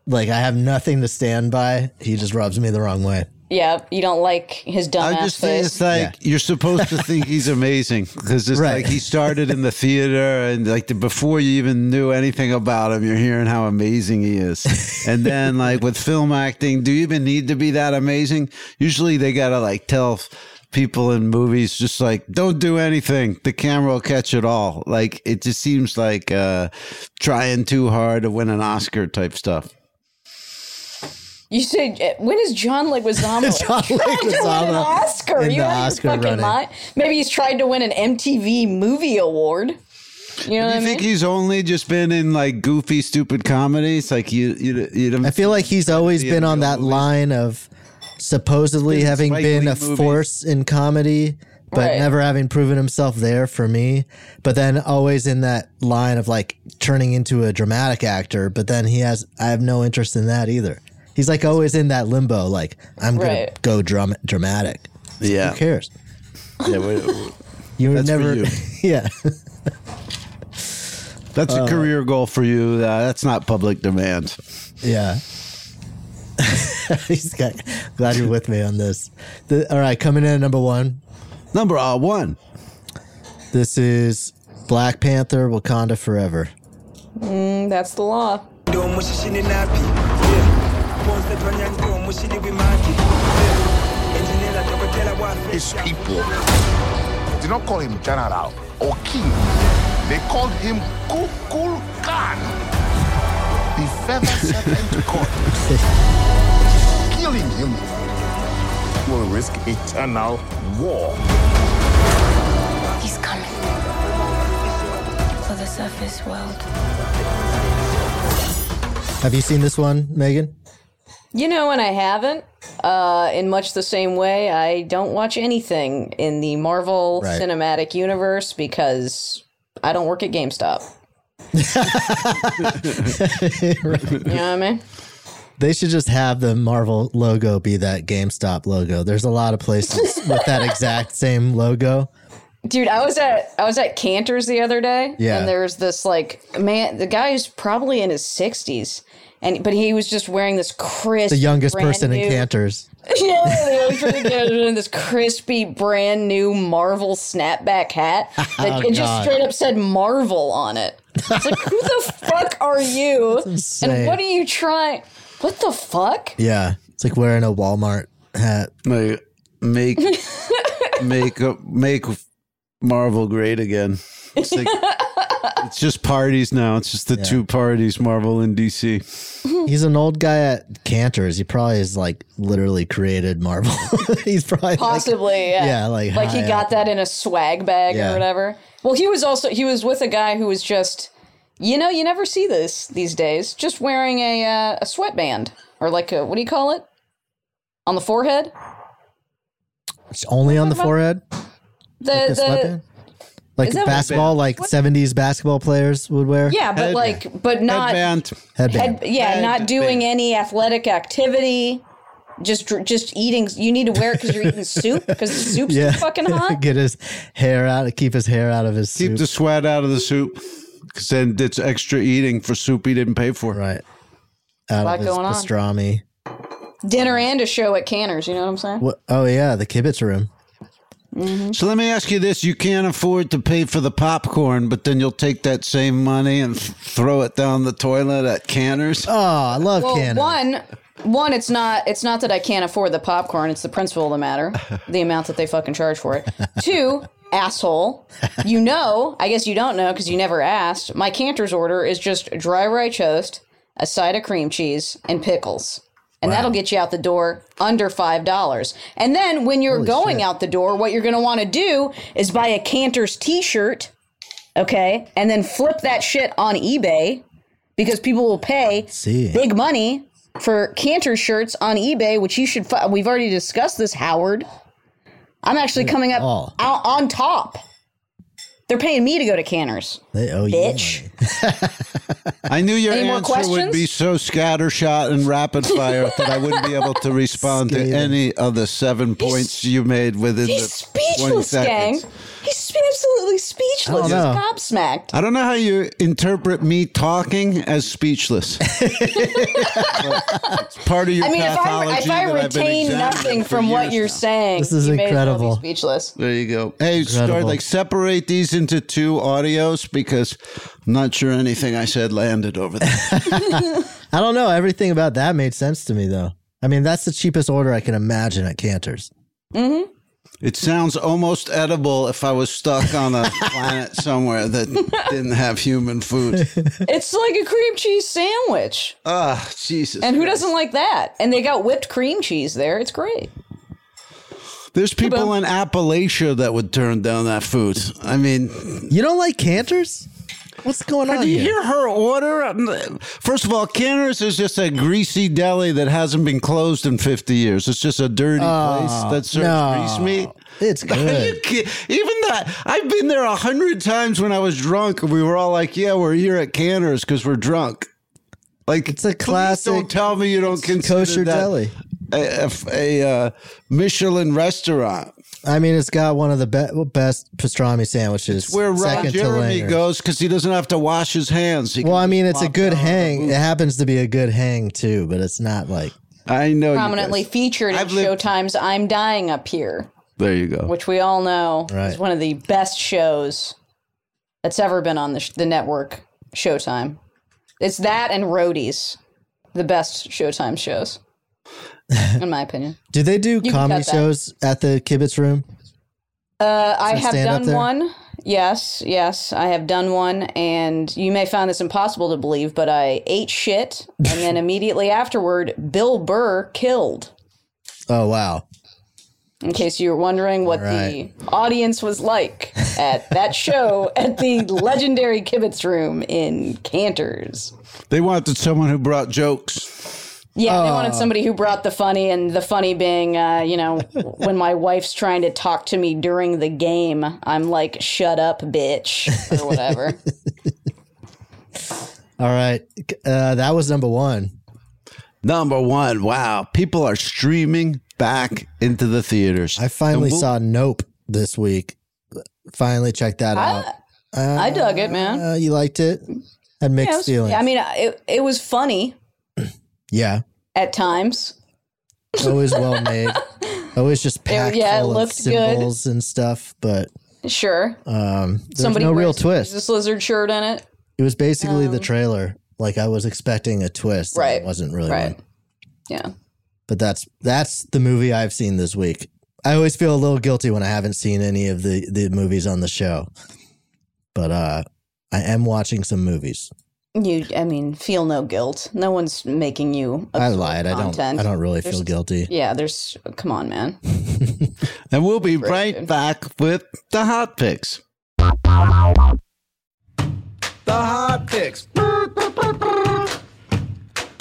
Speaker 5: Like I have nothing to stand by. He just rubs me the wrong way.
Speaker 6: yeah, you don't like his dumb
Speaker 4: I
Speaker 6: ass
Speaker 4: just think
Speaker 6: face.
Speaker 4: it's like you're supposed to think he's amazing because it's like he started in the theater and like the, before you even knew anything about him, you're hearing how amazing he is. And then like with film acting, do you even need to be that amazing? Usually they gotta like tell people in movies just like don't do anything the camera will catch it all like it just seems like uh trying too hard to win an oscar type stuff
Speaker 6: You said uh, when is John Leguizamo
Speaker 5: John
Speaker 6: tried to win an
Speaker 4: Leguizamo
Speaker 6: Oscar?
Speaker 4: in
Speaker 6: you
Speaker 4: the
Speaker 6: out of your
Speaker 4: Oscar
Speaker 6: fucking
Speaker 4: running.
Speaker 6: mind? Maybe he's tried to win an MTV Movie Award. You know
Speaker 4: Do
Speaker 6: what I
Speaker 4: you
Speaker 6: mean?
Speaker 4: think he's only just been in like goofy, stupid comedies? Like you, you, you
Speaker 5: I feel like he's always
Speaker 4: Yeah,
Speaker 5: been on that line of supposedly
Speaker 4: Been
Speaker 5: having
Speaker 4: Spike
Speaker 5: been
Speaker 4: Lee
Speaker 5: a
Speaker 4: movies.
Speaker 5: force in comedy but
Speaker 6: Right.
Speaker 5: never having proven himself there for me. But then always in that line of like turning into a dramatic actor, but then he has, I have no interest in that either. He's like always in that limbo, like, I'm going
Speaker 6: Right.
Speaker 5: to go drum- dramatic.
Speaker 4: Yeah.
Speaker 5: Who cares?
Speaker 4: Yeah, we,
Speaker 5: You
Speaker 4: That's for
Speaker 5: never,
Speaker 4: you.
Speaker 5: yeah.
Speaker 4: That's a
Speaker 5: Uh,
Speaker 4: career goal for you. Uh, that's not public demand.
Speaker 5: Yeah. He's got, glad you're with me on this. The, all right, coming in at number one.
Speaker 4: Number uh, one.
Speaker 5: This is Black Panther Wakanda Forever.
Speaker 6: Mm, that's the law.
Speaker 8: His people did not call him general or king. They called him Kukul Khan, the feather serpent god. Killing him will risk eternal war.
Speaker 18: He's coming for the surface world.
Speaker 5: Have you seen this one, Megan?
Speaker 6: You know, and I haven't. Uh, in much the same way, I don't watch anything in the Marvel
Speaker 5: Right.
Speaker 6: Cinematic Universe because I don't work at GameStop. You know what I mean?
Speaker 5: They should just have the Marvel logo be that GameStop logo. There's a lot of places with that exact same logo.
Speaker 6: Dude, I was at I was at Cantor's the other day,
Speaker 5: Yeah.
Speaker 6: and there's this like man, the guy who's probably in his sixties, and but he was just wearing this crisp,
Speaker 5: The youngest person in
Speaker 6: Cantor.
Speaker 5: Cantors.
Speaker 6: yeah, they always try to get it in this crispy, brand new Marvel snapback hat that
Speaker 5: Oh,
Speaker 6: it just
Speaker 5: God.
Speaker 6: straight up said Marvel on it. It's like, who the fuck are you? And
Speaker 5: insane.
Speaker 6: what are you trying? What the fuck?
Speaker 5: Yeah. It's like wearing a Walmart hat.
Speaker 4: Make make make uh, make Marvel great again. It's, like, it's just parties now. It's just the two parties, Marvel and DC.
Speaker 5: He's an old guy at Cantor's. He probably is like literally created Marvel. He's probably
Speaker 6: Possibly, yeah.
Speaker 5: yeah, like
Speaker 6: he
Speaker 5: high
Speaker 6: got that in a swag bag
Speaker 5: Yeah.
Speaker 6: or whatever. Well, he was also he was with a guy who was just, you know, you never see this these days. Just wearing a uh, a sweatband or like a what do you call it on the forehead?
Speaker 5: It's only on the forehead.
Speaker 6: The
Speaker 5: Like a
Speaker 6: the
Speaker 5: sweatband? Like
Speaker 6: Is that what-
Speaker 5: basketball, like 70s basketball players would wear.
Speaker 6: Yeah, but like, but not
Speaker 5: Headband.
Speaker 6: Head- yeah, not doing any athletic activity. Just, dr- just eating. You need to wear it because you're eating soup because the soup's too fucking hot.
Speaker 5: Get his hair out. Keep his hair out of his
Speaker 4: Keep
Speaker 5: soup.
Speaker 4: the sweat out of the soup, because then it's extra eating for soup he didn't pay for.
Speaker 5: Right. out
Speaker 6: lot
Speaker 5: of his
Speaker 6: going on.
Speaker 5: pastrami.
Speaker 6: Dinner and a show at Canner's. You know what I'm saying?
Speaker 5: What? Oh yeah, the kibitz room.
Speaker 4: So let me ask you this: You can't afford to pay for the popcorn, but then you'll take that same money and th- throw it down the toilet at Canners. Oh,
Speaker 5: I love
Speaker 6: well, one, one. It's not. It's not that I can't afford the popcorn. It's the principle of the matter, the amount that they fucking charge for it. Two, asshole. You know. I guess you don't know because you never asked. My Cantor's order is just dry rye toast, a side of cream cheese, and pickles. And that'll get you out the door under five dollars. And then when you're going out the door, what you're going to want to do is buy a Cantor's T-shirt, okay, and then flip that shit on eBay because people will pay
Speaker 5: See.
Speaker 6: big money for Cantor shirts on eBay, which you should. Fi- We've already discussed this, Howard. I'm actually coming up
Speaker 5: Oh.
Speaker 6: out on top. They're paying me to go to Canners.
Speaker 5: They owe you.
Speaker 6: Bitch.
Speaker 4: I knew your
Speaker 6: Any more
Speaker 4: answer would
Speaker 6: questions?
Speaker 4: be so scattershot and rapid fire that I wouldn't be able to respond to any of the seven points you made within
Speaker 6: He's
Speaker 4: the twenty
Speaker 6: speechless, gang.
Speaker 4: seconds.
Speaker 6: He's absolutely speechless. He's
Speaker 4: know.
Speaker 6: gobsmacked.
Speaker 4: I don't know how you interpret me talking as speechless. it's part of your
Speaker 6: I mean, if I,
Speaker 4: pathology
Speaker 6: if I
Speaker 4: that I've been
Speaker 6: retain
Speaker 4: examining
Speaker 6: nothing
Speaker 4: for
Speaker 6: from what
Speaker 4: years
Speaker 6: you're
Speaker 4: now.
Speaker 6: saying,
Speaker 4: This is
Speaker 6: you may as well be
Speaker 4: incredible.
Speaker 6: Speechless.
Speaker 4: There you go. Hey, start
Speaker 6: Incredible.
Speaker 4: like separate these into two audios because I'm not sure anything I said landed over there.
Speaker 5: I don't know. Everything about that made sense to me though. I mean, that's the cheapest order I can imagine at Cantor's.
Speaker 6: Mm-hmm.
Speaker 4: it sounds almost edible if I was stuck on a planet somewhere that didn't have human food.
Speaker 6: It's like a cream cheese sandwich.
Speaker 4: Ah, Jesus.
Speaker 6: And who
Speaker 4: Christ.
Speaker 6: doesn't like that? And they got whipped cream cheese there. It's great.
Speaker 4: There's people in Appalachia that would turn down that food. I mean,
Speaker 5: you don't like Cantors? What's going
Speaker 4: on? Do you hear her order? Um, First of all, Canners is just a greasy deli that hasn't been closed in 50 years. It's just a dirty
Speaker 5: Oh,
Speaker 4: place that serves
Speaker 5: no.
Speaker 4: grease meat.
Speaker 5: It's
Speaker 4: Are you
Speaker 5: good.
Speaker 4: kid- Even that, I've been there a hundred times when I was drunk, and we were all like, "Yeah, we're here at Canners because we're drunk." Like it's a classic. Don't tell me you don't consider
Speaker 5: kosher
Speaker 4: that
Speaker 5: deli.
Speaker 4: a, a, a, uh, Michelin restaurant.
Speaker 5: I mean, it's got one of the be- well, best pastrami sandwiches.
Speaker 4: It's where Ron
Speaker 5: second to
Speaker 4: Jeremy
Speaker 5: Langer.
Speaker 4: goes because he doesn't have to wash his hands. He
Speaker 5: Well,
Speaker 4: can
Speaker 5: I
Speaker 4: just
Speaker 5: mean, it's a
Speaker 4: plop
Speaker 5: good
Speaker 4: down on the
Speaker 5: hang.
Speaker 4: booth.
Speaker 5: It happens to be a good hang too, but it's not like
Speaker 4: I know you
Speaker 6: Prominently
Speaker 4: guys.
Speaker 6: featured in Showtime's "I'm Dying Up Here,"
Speaker 4: There you go.
Speaker 6: which we all know
Speaker 4: Right.
Speaker 6: is one of the best shows that's ever been on the, sh- the network. Showtime. It's that and Roadies, the best Showtime shows, in my opinion.
Speaker 5: Do they do
Speaker 6: can
Speaker 5: comedy
Speaker 6: cut that.
Speaker 5: shows at the Kibitz Room?
Speaker 6: Uh, I
Speaker 5: Some
Speaker 6: have
Speaker 5: stand-up
Speaker 6: done
Speaker 5: there?
Speaker 6: one. Yes, yes, I have done one, and you may find this impossible to believe, but I ate shit, and then immediately afterward, Bill Burr killed.
Speaker 5: Oh wow!
Speaker 6: In case you were wondering what the audience was like at that show at the legendary Kibitz Room in Cantors.
Speaker 4: They wanted someone who brought jokes.
Speaker 6: Yeah, they
Speaker 4: Oh.
Speaker 6: wanted somebody who brought the funny, and the funny being, uh, you know, when my wife's trying to talk to me during the game, I'm like, "Shut up, bitch," or whatever.
Speaker 5: All right, uh, that was number one.
Speaker 4: Number one. Wow, people are streaming back into the theaters. I
Speaker 5: Finally saw Nope this week. Finally checked that
Speaker 6: I-
Speaker 5: out. Uh,
Speaker 6: I dug it, man.
Speaker 5: Uh, you liked it? Had
Speaker 6: Yeah,
Speaker 5: mixed
Speaker 6: it was-
Speaker 5: feelings.
Speaker 6: I mean, uh, it it was funny
Speaker 5: yeah,
Speaker 6: at times.
Speaker 5: always well made. Always just packed
Speaker 6: yeah, it
Speaker 5: full of
Speaker 6: looked good.
Speaker 5: symbols and stuff, but
Speaker 6: Sure,
Speaker 5: um, there's no real
Speaker 6: wears
Speaker 5: twist.
Speaker 6: This lizard shirt in it.
Speaker 5: It was basically the trailer. Like I was expecting a twist. and
Speaker 6: Right.
Speaker 5: It wasn't really
Speaker 6: Right.
Speaker 5: one.
Speaker 6: Yeah.
Speaker 5: But that's that's the movie I've seen this week. I always feel a little guilty when I haven't seen any of the, the movies on the show. But uh I am watching some movies.
Speaker 6: You, I mean, feel no guilt. No one's making you.
Speaker 5: I
Speaker 6: absorb
Speaker 5: lied. I don't-
Speaker 6: content.
Speaker 5: I don't really feel
Speaker 6: There's-
Speaker 5: guilty.
Speaker 6: Yeah, there's. Come on, man.
Speaker 4: And we'll be right back with the hot picks.
Speaker 12: The hot picks. The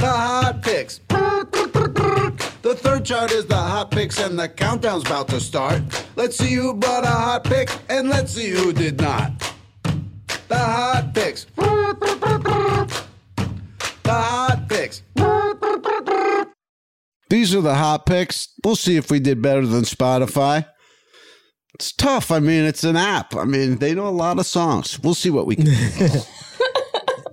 Speaker 12: hot picks. The third chart is the hot picks, and the countdown's about to start. Let's see who brought a hot pick, and let's see who did not. The hot picks. The hot picks.
Speaker 4: These are the hot picks. We'll see if we did better than Spotify. It's tough. I mean, it's an app. I mean, they know a lot of songs. We'll see what we can do.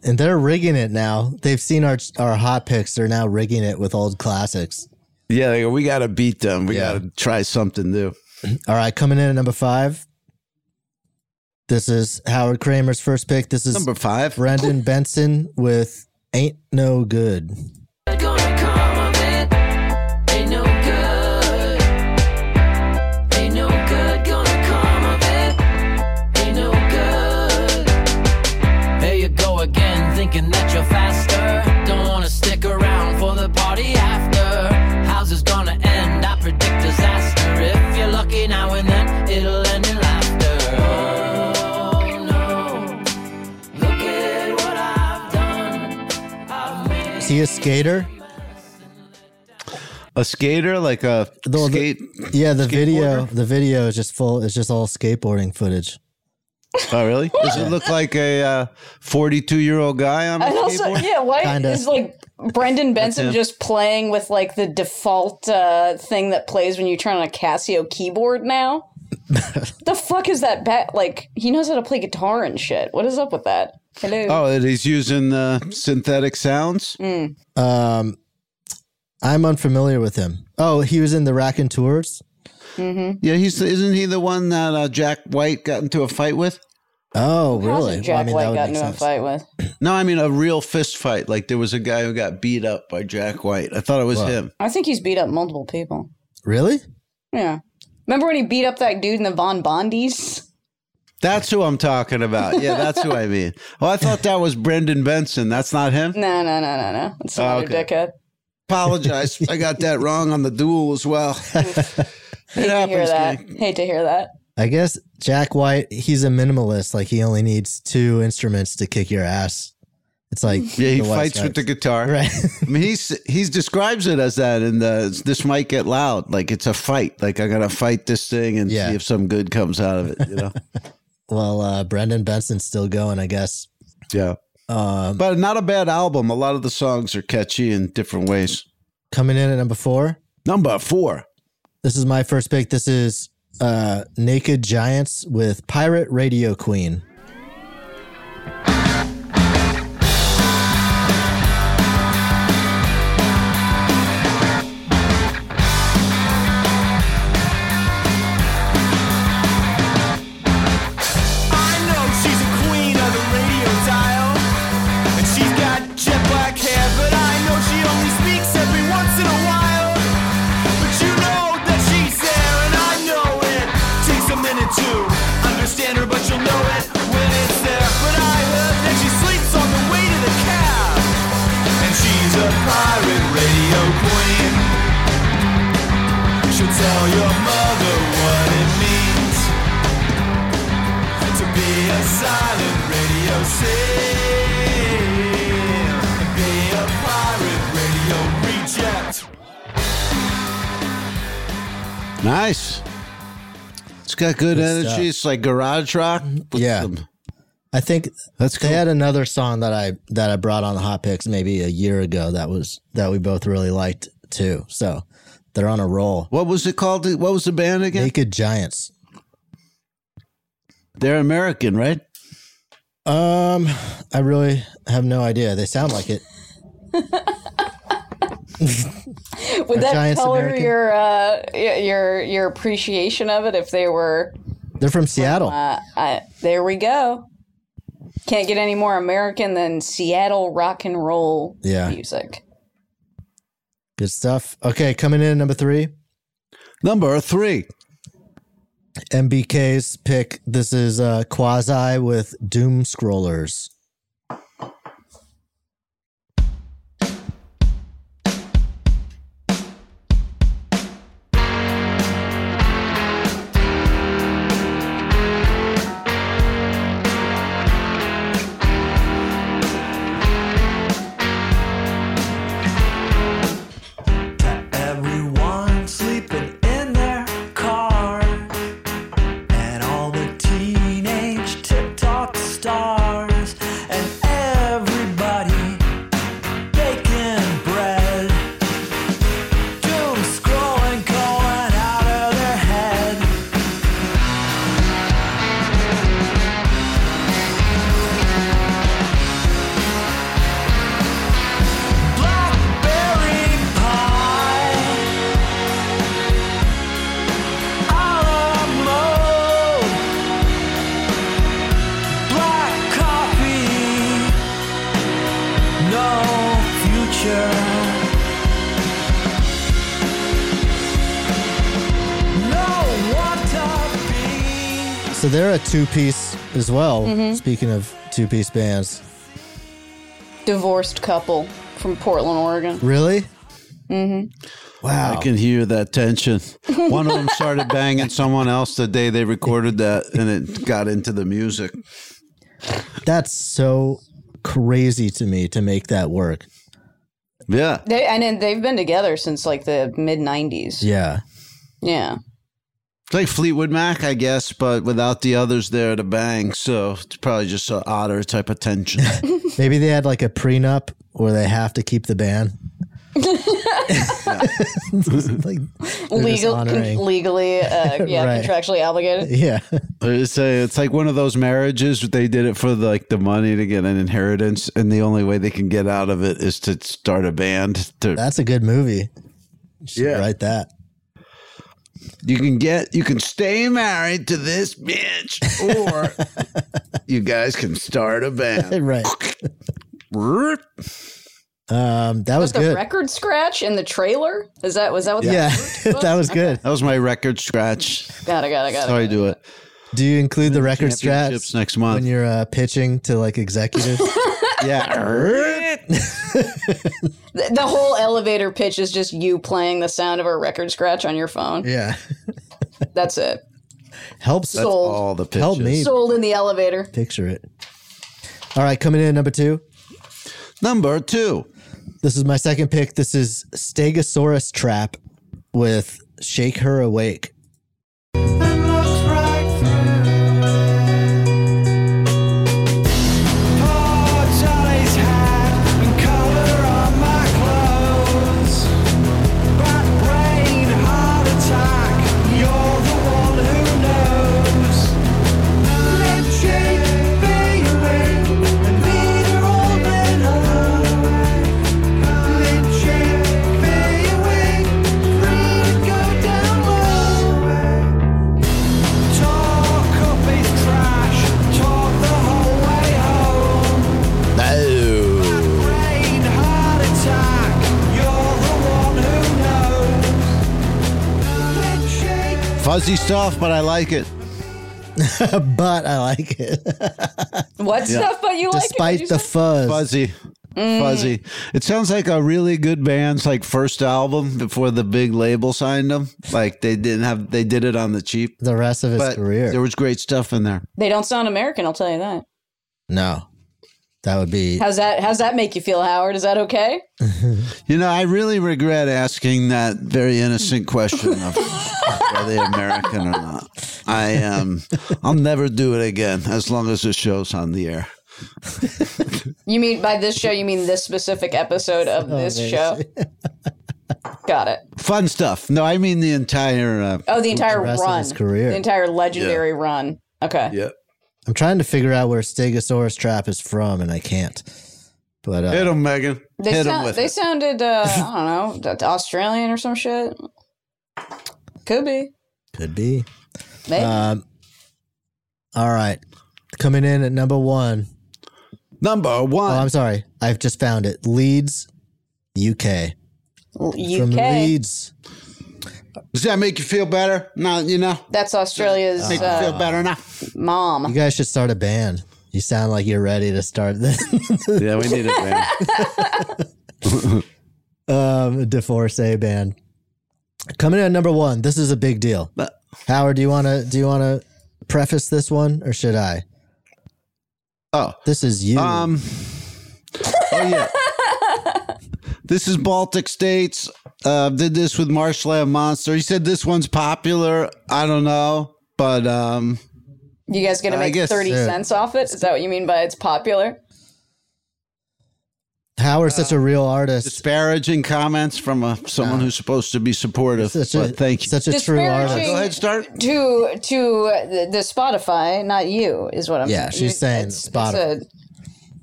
Speaker 5: And they're rigging it now. They've seen our our hot picks. They're now rigging it with old classics.
Speaker 4: yeah, they go, we got to beat them. We got to try something new.
Speaker 5: All right, coming in at number five. This is Howard Kramer's first pick. This is
Speaker 4: number five.
Speaker 5: Brendan Benson with Ain't No Good.
Speaker 3: Gonna come of it. Ain't no good. Ain't no good gonna come of it. Ain't no good. There you go again, thinking that you're faster. Don't wanna stick around for the party after. How's this gonna end? I predict disaster. If you're lucky now and then, it'll end in laughter. Oh no. Look at what I've done. I've made
Speaker 5: Is he a skater?
Speaker 4: A skater, like a skate.
Speaker 5: Yeah, the video. The video is just full. It's just all skateboarding footage.
Speaker 4: Oh, really? Does it look like a uh, forty-two-year-old guy on a
Speaker 6: And also,
Speaker 4: skateboard?
Speaker 6: yeah, why
Speaker 4: Kinda.
Speaker 6: is like Brendan Benson
Speaker 4: him.
Speaker 6: just playing with like the default uh, thing that plays when you turn on a Casio keyboard now? the fuck is that? Ba- like he knows how to play guitar and shit. What is up with that? Hello.
Speaker 4: Oh, that he's using uh, synthetic sounds.
Speaker 6: Mm.
Speaker 5: Um, I'm unfamiliar with him. Oh, he was in the Rack and Tours.
Speaker 6: Mm-hmm.
Speaker 4: Yeah, he's isn't he the one that uh, Jack White got into a fight with?
Speaker 5: Oh,
Speaker 6: Really? Jack White got into a fight with.
Speaker 4: No, I mean a real fist fight. Like there was a guy who got beat up by Jack White. I thought it was
Speaker 5: Wow.
Speaker 4: him.
Speaker 6: I think he's beat up multiple people.
Speaker 5: Really?
Speaker 6: Yeah. Remember when he beat up that dude in the Von Bondies?
Speaker 4: That's who I'm talking about. Yeah, that's who I mean. Oh, I thought that was Brendan Benson. That's not him.
Speaker 6: No, no, no, no, no. It's
Speaker 4: Oh,
Speaker 6: another
Speaker 4: okay.
Speaker 6: dickhead.
Speaker 4: Apologize. I got that wrong on the duel as well.
Speaker 6: Hate to hear
Speaker 4: happens,
Speaker 6: that. Hate to hear that.
Speaker 5: I guess Jack White, he's a minimalist. Like he only needs two instruments to kick your ass. It's like
Speaker 4: Yeah, he
Speaker 5: the White
Speaker 4: fights with
Speaker 5: Stripes.
Speaker 4: the guitar.
Speaker 5: Right.
Speaker 4: I mean, he's he describes it as that, and this might get loud. Like it's a fight. Like I gotta fight this thing and see if some good comes out of it. You know.
Speaker 5: well, uh, Brendan Benson's still going, I guess.
Speaker 4: Yeah.
Speaker 5: Um,
Speaker 4: but not a bad album. A lot of the songs are catchy in different ways.
Speaker 5: Coming in at number four.
Speaker 4: Number four.
Speaker 5: This is my first pick. This is uh, Naked Giants with Pirate Radio Queen.
Speaker 9: I know she's a queen of the radio dial. And she's got jet black hair, but I know she only speaks every once in a while. But you know that she's there, and I know it takes a minute to understand her, but you'll know it when it's there. But I heard that she sleeps on the way to the cab. And she's a pirate radio queen. She'll tell your mother what it means to be a silent radio sin and be a pirate radio reject.
Speaker 4: Nice. It's got good,
Speaker 5: Good
Speaker 4: energy.
Speaker 5: stuff.
Speaker 4: It's like garage rock.
Speaker 5: yeah. I think that's they had another song that I that I brought on the hot picks maybe a year ago that was that we both really liked too. So they're on a roll.
Speaker 4: What was it called? What was the band again?
Speaker 5: Naked Giants.
Speaker 4: They're American, right?
Speaker 5: Um, I really have no idea. They sound like it.
Speaker 6: Would
Speaker 5: Are
Speaker 6: that
Speaker 5: giants
Speaker 6: color
Speaker 5: American?
Speaker 6: your uh, y- your your appreciation of it if they were?
Speaker 5: They're from Seattle.
Speaker 6: Uh, I, there we go. Can't get any more American than Seattle rock and roll
Speaker 5: Yeah.
Speaker 6: music.
Speaker 5: Good stuff. Okay, coming in at number three.
Speaker 4: Number three.
Speaker 5: MBK's pick. This is uh, Quasi with Doom Scrollers.
Speaker 3: Everyone sleeping in their car, and all the teenage TikTok stars, and everybody baking bread, doom scrolling, going out of their head. Blackberry pie. All of mode. Black coffee. No future. No want to be.
Speaker 5: So they're a two piece as well.
Speaker 6: Mhm.
Speaker 5: Speaking of two piece bands,
Speaker 6: Divorced couple from Portland, Oregon.
Speaker 5: really?
Speaker 6: hmm
Speaker 5: Wow.
Speaker 4: I can hear that tension. One of them started banging someone else the day they recorded that, and it got into the music.
Speaker 5: That's so crazy to me to make that work.
Speaker 4: Yeah.
Speaker 6: They and then they've been together since like the mid '90s.
Speaker 5: Yeah.
Speaker 6: Yeah.
Speaker 4: It's like Fleetwood Mac, I guess, but without the others there to bang. So it's probably just an odder type of tension.
Speaker 5: Maybe they had like a prenup where they have to keep the band. like, they're just
Speaker 6: Legal,
Speaker 5: honoring-
Speaker 6: con- legally, uh, yeah,
Speaker 4: Right.
Speaker 6: contractually obligated.
Speaker 5: Yeah.
Speaker 4: It's, a, it's like one of those marriages they did it for like the money to get an inheritance, and the only way they can get out of it is to start a band. To
Speaker 5: That's a good movie. yeah, write that.
Speaker 4: You can get you can stay married to this bitch, or you guys can start a band.
Speaker 5: right. Um, that was
Speaker 6: the
Speaker 5: good.
Speaker 6: record scratch in the trailer is that was that what?
Speaker 5: Yeah,
Speaker 6: the
Speaker 5: that was good.
Speaker 4: That was my record scratch.
Speaker 6: Got it. Got it. Got it.
Speaker 4: How I do it.
Speaker 5: Do you include the record
Speaker 4: Championships
Speaker 5: straps
Speaker 4: next month.
Speaker 5: when you're uh, pitching to like executives?
Speaker 4: yeah.
Speaker 6: The, the whole elevator pitch is just you playing the sound of a record scratch on your phone.
Speaker 5: yeah.
Speaker 6: That's it.
Speaker 5: helps
Speaker 6: That's Sold. all
Speaker 5: the help me
Speaker 6: Sold in the elevator.
Speaker 5: picture it. All right, coming in at number two.
Speaker 4: Number two.
Speaker 5: This is my second pick. This is Stegosaurus Trap with Shake Her Awake.
Speaker 4: Fuzzy stuff, but I like it.
Speaker 5: but I like it.
Speaker 6: What
Speaker 4: Yeah.
Speaker 6: stuff? But you like it? What'd you say?
Speaker 5: fuzz.
Speaker 4: Fuzzy.
Speaker 6: Mm.
Speaker 4: Fuzzy. It sounds like a really good band's like first album before the big label signed them. Like they didn't have they did it on the cheap.
Speaker 5: The rest of his career.
Speaker 4: There was great stuff in there.
Speaker 6: They don't sound American. I'll tell you that.
Speaker 5: No. That would be
Speaker 6: How's that? How's that make you feel, Howard? Is that okay?
Speaker 4: You know, I really regret asking that very innocent question of are they American or not. I um I'll never do it again as long as the show's on the air.
Speaker 6: You mean by this show? You mean this specific episode of this show? Got it.
Speaker 4: Fun stuff. No, I mean the entire uh,
Speaker 6: Oh, the entire run,
Speaker 5: career.
Speaker 6: the entire legendary run. Okay.
Speaker 4: Yep.
Speaker 5: I'm trying to figure out where Stegosaurus Trap is from and I can't. But uh,
Speaker 4: Hit 'em, Megan.
Speaker 6: They,
Speaker 5: Hit 'em
Speaker 6: sound,
Speaker 5: with
Speaker 6: they
Speaker 5: it.
Speaker 6: sounded, uh, I don't know, d- Australian or some shit. Could be.
Speaker 5: could be.
Speaker 6: Maybe.
Speaker 5: Um, all right. Coming in at number one.
Speaker 4: Number one.
Speaker 5: Oh, I'm sorry. I've just found it. Leeds, UK. From
Speaker 6: UK.
Speaker 5: Leeds.
Speaker 4: Does that make you feel better? No, you know.
Speaker 6: That's Australia's
Speaker 5: Make you
Speaker 6: uh,
Speaker 5: feel better
Speaker 4: now.
Speaker 6: mom.
Speaker 5: You guys should start a band. You sound like you're ready to start this.
Speaker 4: yeah, we need a band.
Speaker 5: um, Divorcee band. Coming in at number one. This is a big deal. Howard, do you want to do you want to preface this one, or should I?
Speaker 4: Oh,
Speaker 5: this is you.
Speaker 4: Um, oh yeah. this is Baltic States. Uh, did this with Marshland Monster. He said this one's popular. I don't know, but um,
Speaker 6: You guys going to
Speaker 4: I
Speaker 6: make
Speaker 4: guess,
Speaker 6: 30
Speaker 4: yeah.
Speaker 6: cents off it? Is that what you mean by it's popular?
Speaker 5: Howard's
Speaker 4: uh,
Speaker 5: such a real artist.
Speaker 4: disparaging comments from a, someone who's supposed to be supportive.
Speaker 5: Such a-
Speaker 4: but thank you.
Speaker 5: such a true artist.
Speaker 4: Go ahead, start.
Speaker 6: To to uh, the, the Spotify, not you, is what I'm
Speaker 5: Yeah,
Speaker 6: saying.
Speaker 5: she's
Speaker 6: You-
Speaker 5: saying Spotify.
Speaker 6: It's a,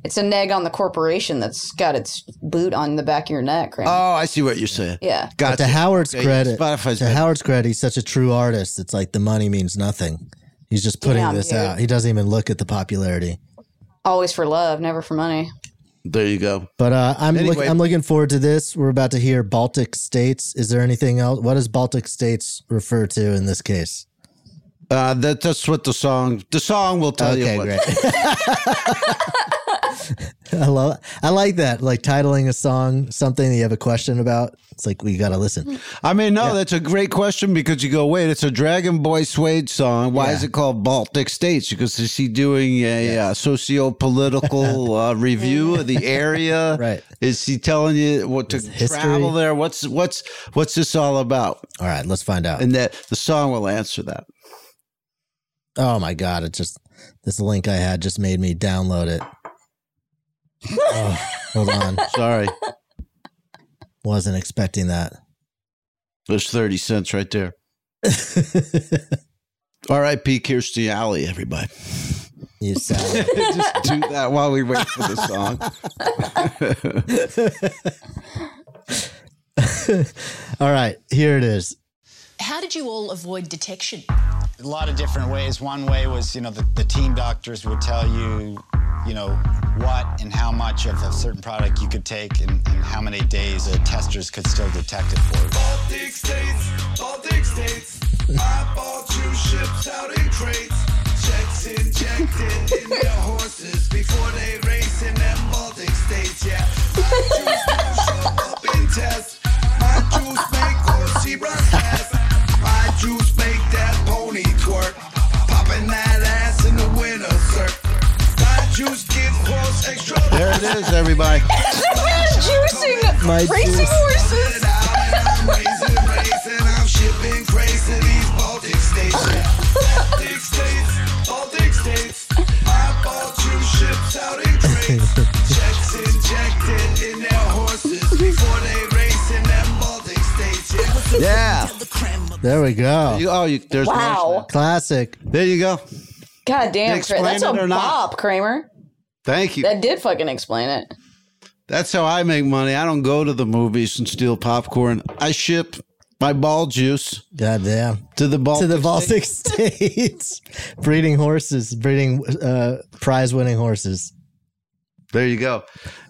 Speaker 6: it's a neg on the corporation that's got its boot on the back of your neck, right?
Speaker 4: Oh, I see what you're saying.
Speaker 6: yeah.
Speaker 5: But to Howard's
Speaker 4: Okay,
Speaker 5: credit,
Speaker 4: Spotify's
Speaker 5: to
Speaker 4: better.
Speaker 5: Howard's credit, he's such a true artist. It's like the money means nothing. He's just putting
Speaker 6: Damn,
Speaker 5: this
Speaker 6: dude.
Speaker 5: out. He doesn't even look at the popularity.
Speaker 6: Always for love, never for money.
Speaker 4: There you go.
Speaker 5: But uh, I'm look-
Speaker 4: Anyway.
Speaker 5: I'm looking forward to this. We're about to hear Baltic states. Is there anything else? What does Baltic states refer to in this case?
Speaker 4: Uh, that that's what the song. The song will tell
Speaker 5: Okay,
Speaker 4: you. What.
Speaker 5: I love. I like that. Like titling a song something that you have a question about. It's like we got to listen.
Speaker 4: I mean, no, that's a great question because you go, wait, it's a Dragon Boy Suede song. Why is it called Baltic States? Because is he doing a uh, socio-political uh, review of the area?
Speaker 5: Right.
Speaker 4: Is he telling you what to
Speaker 5: history.
Speaker 4: travel there? What's what's what's this all about?
Speaker 5: All right, let's find out.
Speaker 4: And that the song will answer that.
Speaker 5: Oh my god! It just this link I had just made me download it. Oh, hold on.
Speaker 4: Sorry,
Speaker 5: Wasn't expecting that.
Speaker 4: there's thirty cents right there. R.I.P. Kirstie Alley, everybody.
Speaker 5: You sound.
Speaker 4: Just do that while we wait for the song.
Speaker 5: All right, here it is.
Speaker 8: How did you all avoid detection?
Speaker 19: A lot of different ways. One way was, you know, the, the team doctors would tell you, you know, what and how much of a certain product you could take and, and how many days the testers could still detect it for you.
Speaker 9: Baltic states, Baltic states. I bought two ships out in crates. Checks injected in their horses before they race in them Baltic states. Yeah, my juice don't show up in tests. My juice make horsey run fast. My juice make that pony twerk.
Speaker 4: it is, everybody.
Speaker 3: the man's juicing
Speaker 4: My
Speaker 3: racing
Speaker 4: juice.
Speaker 3: horses.
Speaker 4: Yeah.
Speaker 5: There we go.
Speaker 4: You- oh, you, there's
Speaker 6: Wow.
Speaker 4: wow.
Speaker 5: Classic.
Speaker 4: There you go.
Speaker 6: God damn,
Speaker 4: They
Speaker 6: Kramer. That's a
Speaker 4: explain it or not?
Speaker 6: bop, Kramer.
Speaker 4: Thank you.
Speaker 6: That did fucking explain it.
Speaker 4: That's how I make money. I don't go to the movies and steal popcorn. I ship my ball juice.
Speaker 5: God damn.
Speaker 4: To the Baltic
Speaker 5: to the Baltic states, breeding horses, breeding uh, prize-winning horses.
Speaker 4: There you go.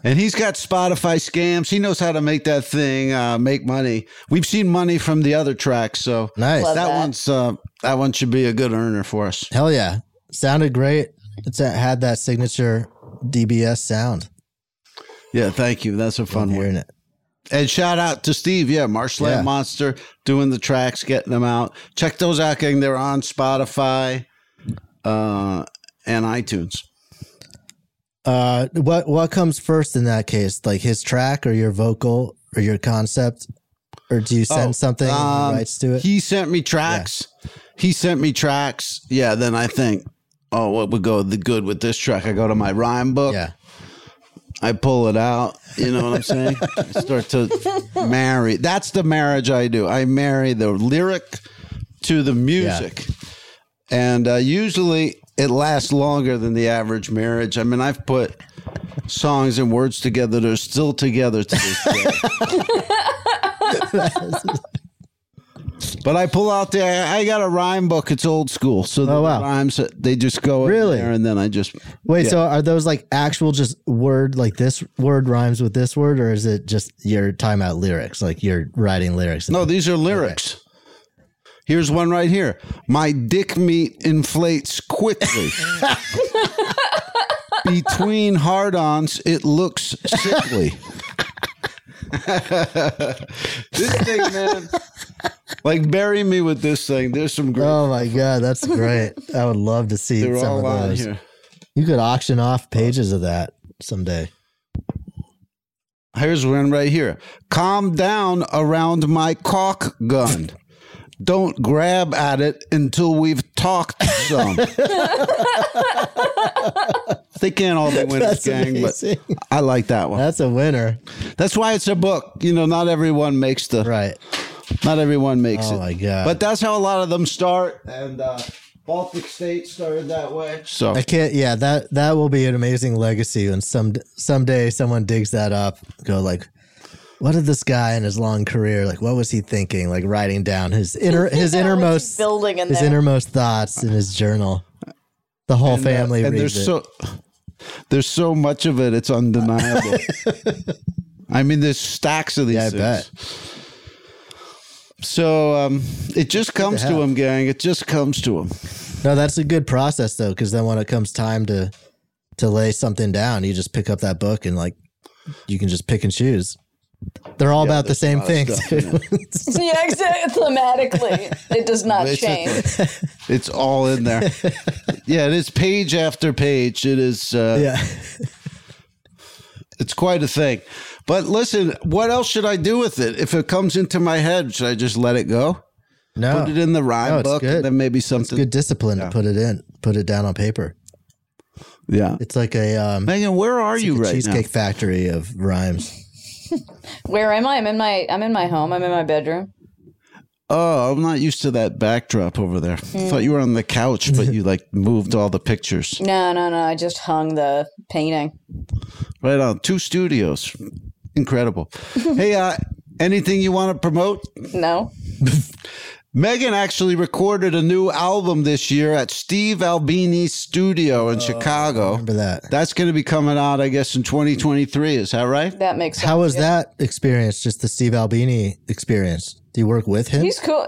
Speaker 4: And he's got Spotify scams. He knows how to make that thing uh, make money. We've seen money from the other tracks, so
Speaker 5: Nice.
Speaker 4: That,
Speaker 5: Love that.
Speaker 4: one's uh, that one should be a good earner for us.
Speaker 5: Hell yeah, sounded great. It's that had that signature DBS sound.
Speaker 4: Yeah, thank you. That's a fun
Speaker 5: one. It.
Speaker 4: And shout out to Steve, yeah, Marshland
Speaker 5: Yeah.
Speaker 4: Monster doing the tracks, getting them out. Check those out, gang. They're on Spotify uh, and iTunes.
Speaker 5: Uh, what what comes first in that case? Like his track or your vocal or your concept, or do you send
Speaker 4: Oh,
Speaker 5: something and
Speaker 4: um,
Speaker 5: he writes to it?
Speaker 4: He sent me tracks. He sent me tracks. Yeah, then I think, oh, what would go the good with this track? I go to my rhyme book. Yeah. I pull it out. You know what I'm saying? I start to marry. That's the marriage I do. I marry the lyric to the music. And uh, usually it lasts longer than the average marriage. I mean, I've put songs and words together that are still together to this day. But I pull out there. I got a rhyme book. It's old school, so the rhymes they just go in
Speaker 5: Really?
Speaker 4: there, and then I just
Speaker 5: Wait,
Speaker 4: yeah.
Speaker 5: so are those like actual just word like this word rhymes with this word, or is it just your timeout lyrics? Like you're writing lyrics.
Speaker 4: no, these are lyrics. Here's one right here. My dick meat inflates quickly. Between hard-ons, it looks sickly. this thing, man, like bury me with this thing. There's some great.
Speaker 5: Oh my god, that's great! I would love to see
Speaker 4: They're
Speaker 5: some
Speaker 4: all
Speaker 5: of
Speaker 4: on
Speaker 5: those.
Speaker 4: here.
Speaker 5: You could auction off pages of that someday.
Speaker 4: Here's one right here. Calm down around my caulk gun. Don't grab at it until we've talked some. they can't all be winners,
Speaker 5: That's
Speaker 4: gang,
Speaker 5: amazing.
Speaker 4: but I like that one.
Speaker 5: That's a winner.
Speaker 4: That's why it's a book. You know, not everyone makes the
Speaker 5: right.
Speaker 4: Not everyone makes
Speaker 5: Oh
Speaker 4: it.
Speaker 5: my God.
Speaker 4: But that's how a lot of them start. And uh, Baltic State started that way. So
Speaker 5: I can't. Yeah, that that will be an amazing legacy when some someday someone digs that up. Go like, what did this guy in his long career like? What was he thinking? Like writing down his inner his
Speaker 6: What's he
Speaker 5: innermost
Speaker 6: building in
Speaker 5: his
Speaker 6: there?
Speaker 5: innermost thoughts in his journal. The whole
Speaker 4: And, uh,
Speaker 5: family
Speaker 4: and
Speaker 5: reads
Speaker 4: there's
Speaker 5: it.
Speaker 4: so there's so much of it it's undeniable i mean there's stacks of these
Speaker 5: Yeah, I
Speaker 4: things so um, it just comes to
Speaker 5: have.
Speaker 4: him gang it just comes to him
Speaker 5: no, that's a good process though, because then when it comes time to to lay something down, you just pick up that book and like you can just pick and choose. They're all
Speaker 6: Yeah,
Speaker 5: about the
Speaker 6: there's a
Speaker 5: same
Speaker 6: lot of
Speaker 5: thing.
Speaker 4: stuff
Speaker 5: too.
Speaker 6: yeah, exactly. Thematically, it does not change.
Speaker 4: it's all in there yeah it is page after page it is uh,
Speaker 5: yeah
Speaker 4: it's quite a thing but listen what else should i do with it if it comes into my head should i just let it go
Speaker 5: No.
Speaker 4: put it in the rhyme
Speaker 5: Oh. No, it's
Speaker 4: book
Speaker 5: good.
Speaker 4: and then maybe something
Speaker 5: good discipline to put it in, put it down on paper.
Speaker 4: Yeah,
Speaker 5: it's like a um,
Speaker 4: Megan. Where are you right now?
Speaker 5: Cheesecake Factory of rhymes.
Speaker 6: Where am I? I'm in my I'm in my home. I'm in my bedroom.
Speaker 4: Oh, I'm not used to that backdrop over there.
Speaker 5: Hmm.
Speaker 4: I thought you were on the couch, but you like moved all the pictures.
Speaker 6: No, no, no. I just hung the painting.
Speaker 4: Right on. Two studios. Incredible. hey, uh, anything you want to promote?
Speaker 6: No.
Speaker 4: Megan actually recorded a new album this year at Steve Albini's studio in Chicago. Remember
Speaker 5: that.
Speaker 4: That's going to be coming out, I guess, in 2023. Is that right?
Speaker 6: That makes sense.
Speaker 5: How was that experience? Just the Steve Albini experience. Do you work with him?
Speaker 6: He's cool.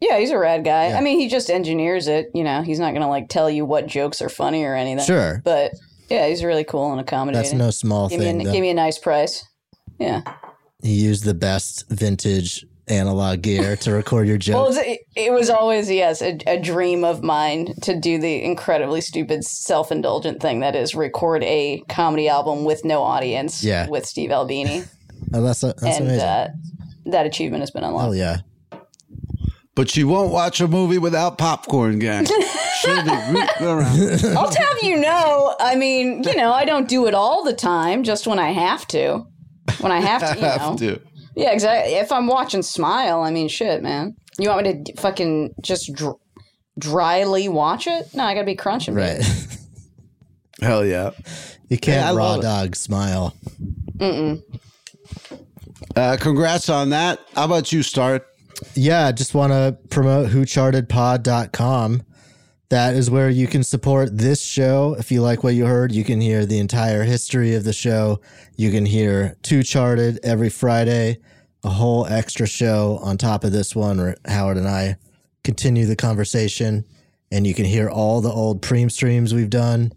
Speaker 6: Yeah, he's a rad guy.
Speaker 5: Yeah.
Speaker 6: I mean, he just engineers it. You know, he's not gonna like tell you what jokes are funny or anything.
Speaker 5: Sure.
Speaker 6: But yeah, he's really cool and accommodating.
Speaker 5: That's no small
Speaker 6: give
Speaker 5: thing,
Speaker 6: Me a,
Speaker 5: though.
Speaker 6: give me a nice price. Yeah.
Speaker 5: he used the best vintage analog gear to record your jokes.
Speaker 6: Well, it, it was always yes a, a dream of mine to do the incredibly stupid, self-indulgent thing that is record a comedy album with no audience.
Speaker 5: Yeah.
Speaker 6: with Steve Albini,
Speaker 5: Oh, that's that's
Speaker 6: and
Speaker 5: amazing.
Speaker 6: uh, that achievement has been unlocked.
Speaker 5: Hell yeah.
Speaker 4: But she won't watch a movie without popcorn, gang. She'll be rooting around.
Speaker 6: I'll have you know, I mean, you know, I don't do it all the time, just when I have to. When I have to, you know.
Speaker 4: Have to.
Speaker 6: Yeah, exactly. If I'm watching Smile, I mean, shit, man. You want me to d- fucking just dr- dryly watch it? No, I gotta be crunching.
Speaker 5: Right.
Speaker 4: Hell yeah.
Speaker 5: You
Speaker 4: Yeah, I
Speaker 5: can't raw
Speaker 4: love it.
Speaker 5: dog smile.
Speaker 6: Mm-mm.
Speaker 4: Uh, congrats on that. How about you, Start?
Speaker 5: Yeah, I just want to promote whochartedpod.com. That is where you can support this show. If you like what you heard, you can hear the entire history of the show. You can hear Two Charted every Friday, a whole extra show on top of this one where Howard and I continue the conversation. And you can hear all the old preem streams we've done.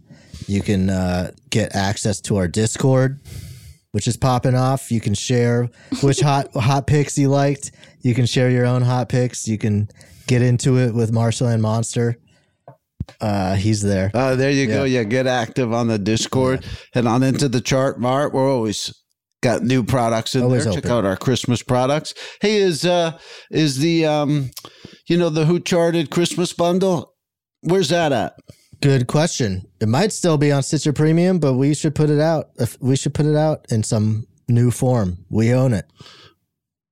Speaker 5: You can uh, get access to our Discord which is popping off. You can share which hot hot picks you liked. You can share your own hot picks. You can get into it with Marshall and Monster. Uh, he's there.
Speaker 4: Uh, there you go. Yeah, get active on the Discord and on into the chart, Mart. We're always got new products in
Speaker 5: Always
Speaker 4: there. Check
Speaker 5: open.
Speaker 4: out our Christmas products. Hey, is uh is the um you know the Who Charted Christmas bundle? Where's that at?
Speaker 5: Good question. It might still be on Stitcher Premium, but we should put it out. If we should put it out in some new form. We own it.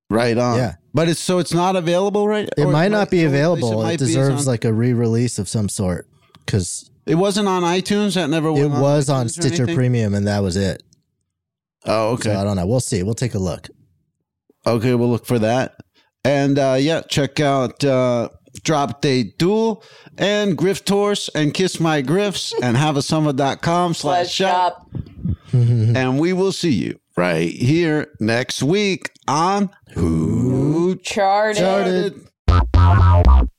Speaker 4: Right on.
Speaker 5: Yeah.
Speaker 4: But it's so it's not available right
Speaker 5: It
Speaker 4: or
Speaker 5: might not
Speaker 4: right-
Speaker 5: be
Speaker 4: the only place
Speaker 5: available. It,
Speaker 4: might be is
Speaker 5: deserves
Speaker 4: on-
Speaker 5: like a re-release of some sort because
Speaker 4: It wasn't on iTunes. That never went
Speaker 5: it was on
Speaker 4: iTunes or
Speaker 5: Stitcher
Speaker 4: anything?
Speaker 5: Premium, and that was it.
Speaker 4: Oh, okay.
Speaker 5: So I don't know. We'll see. We'll take a look.
Speaker 4: Okay, we'll look for that. And uh, yeah, check out uh, Drop Date Duel and Grift Horse and Kiss My Grifts and haveasummer.com slash shop. and we will see you right here next week on Who
Speaker 6: Charted.
Speaker 4: Charted.
Speaker 6: Charted.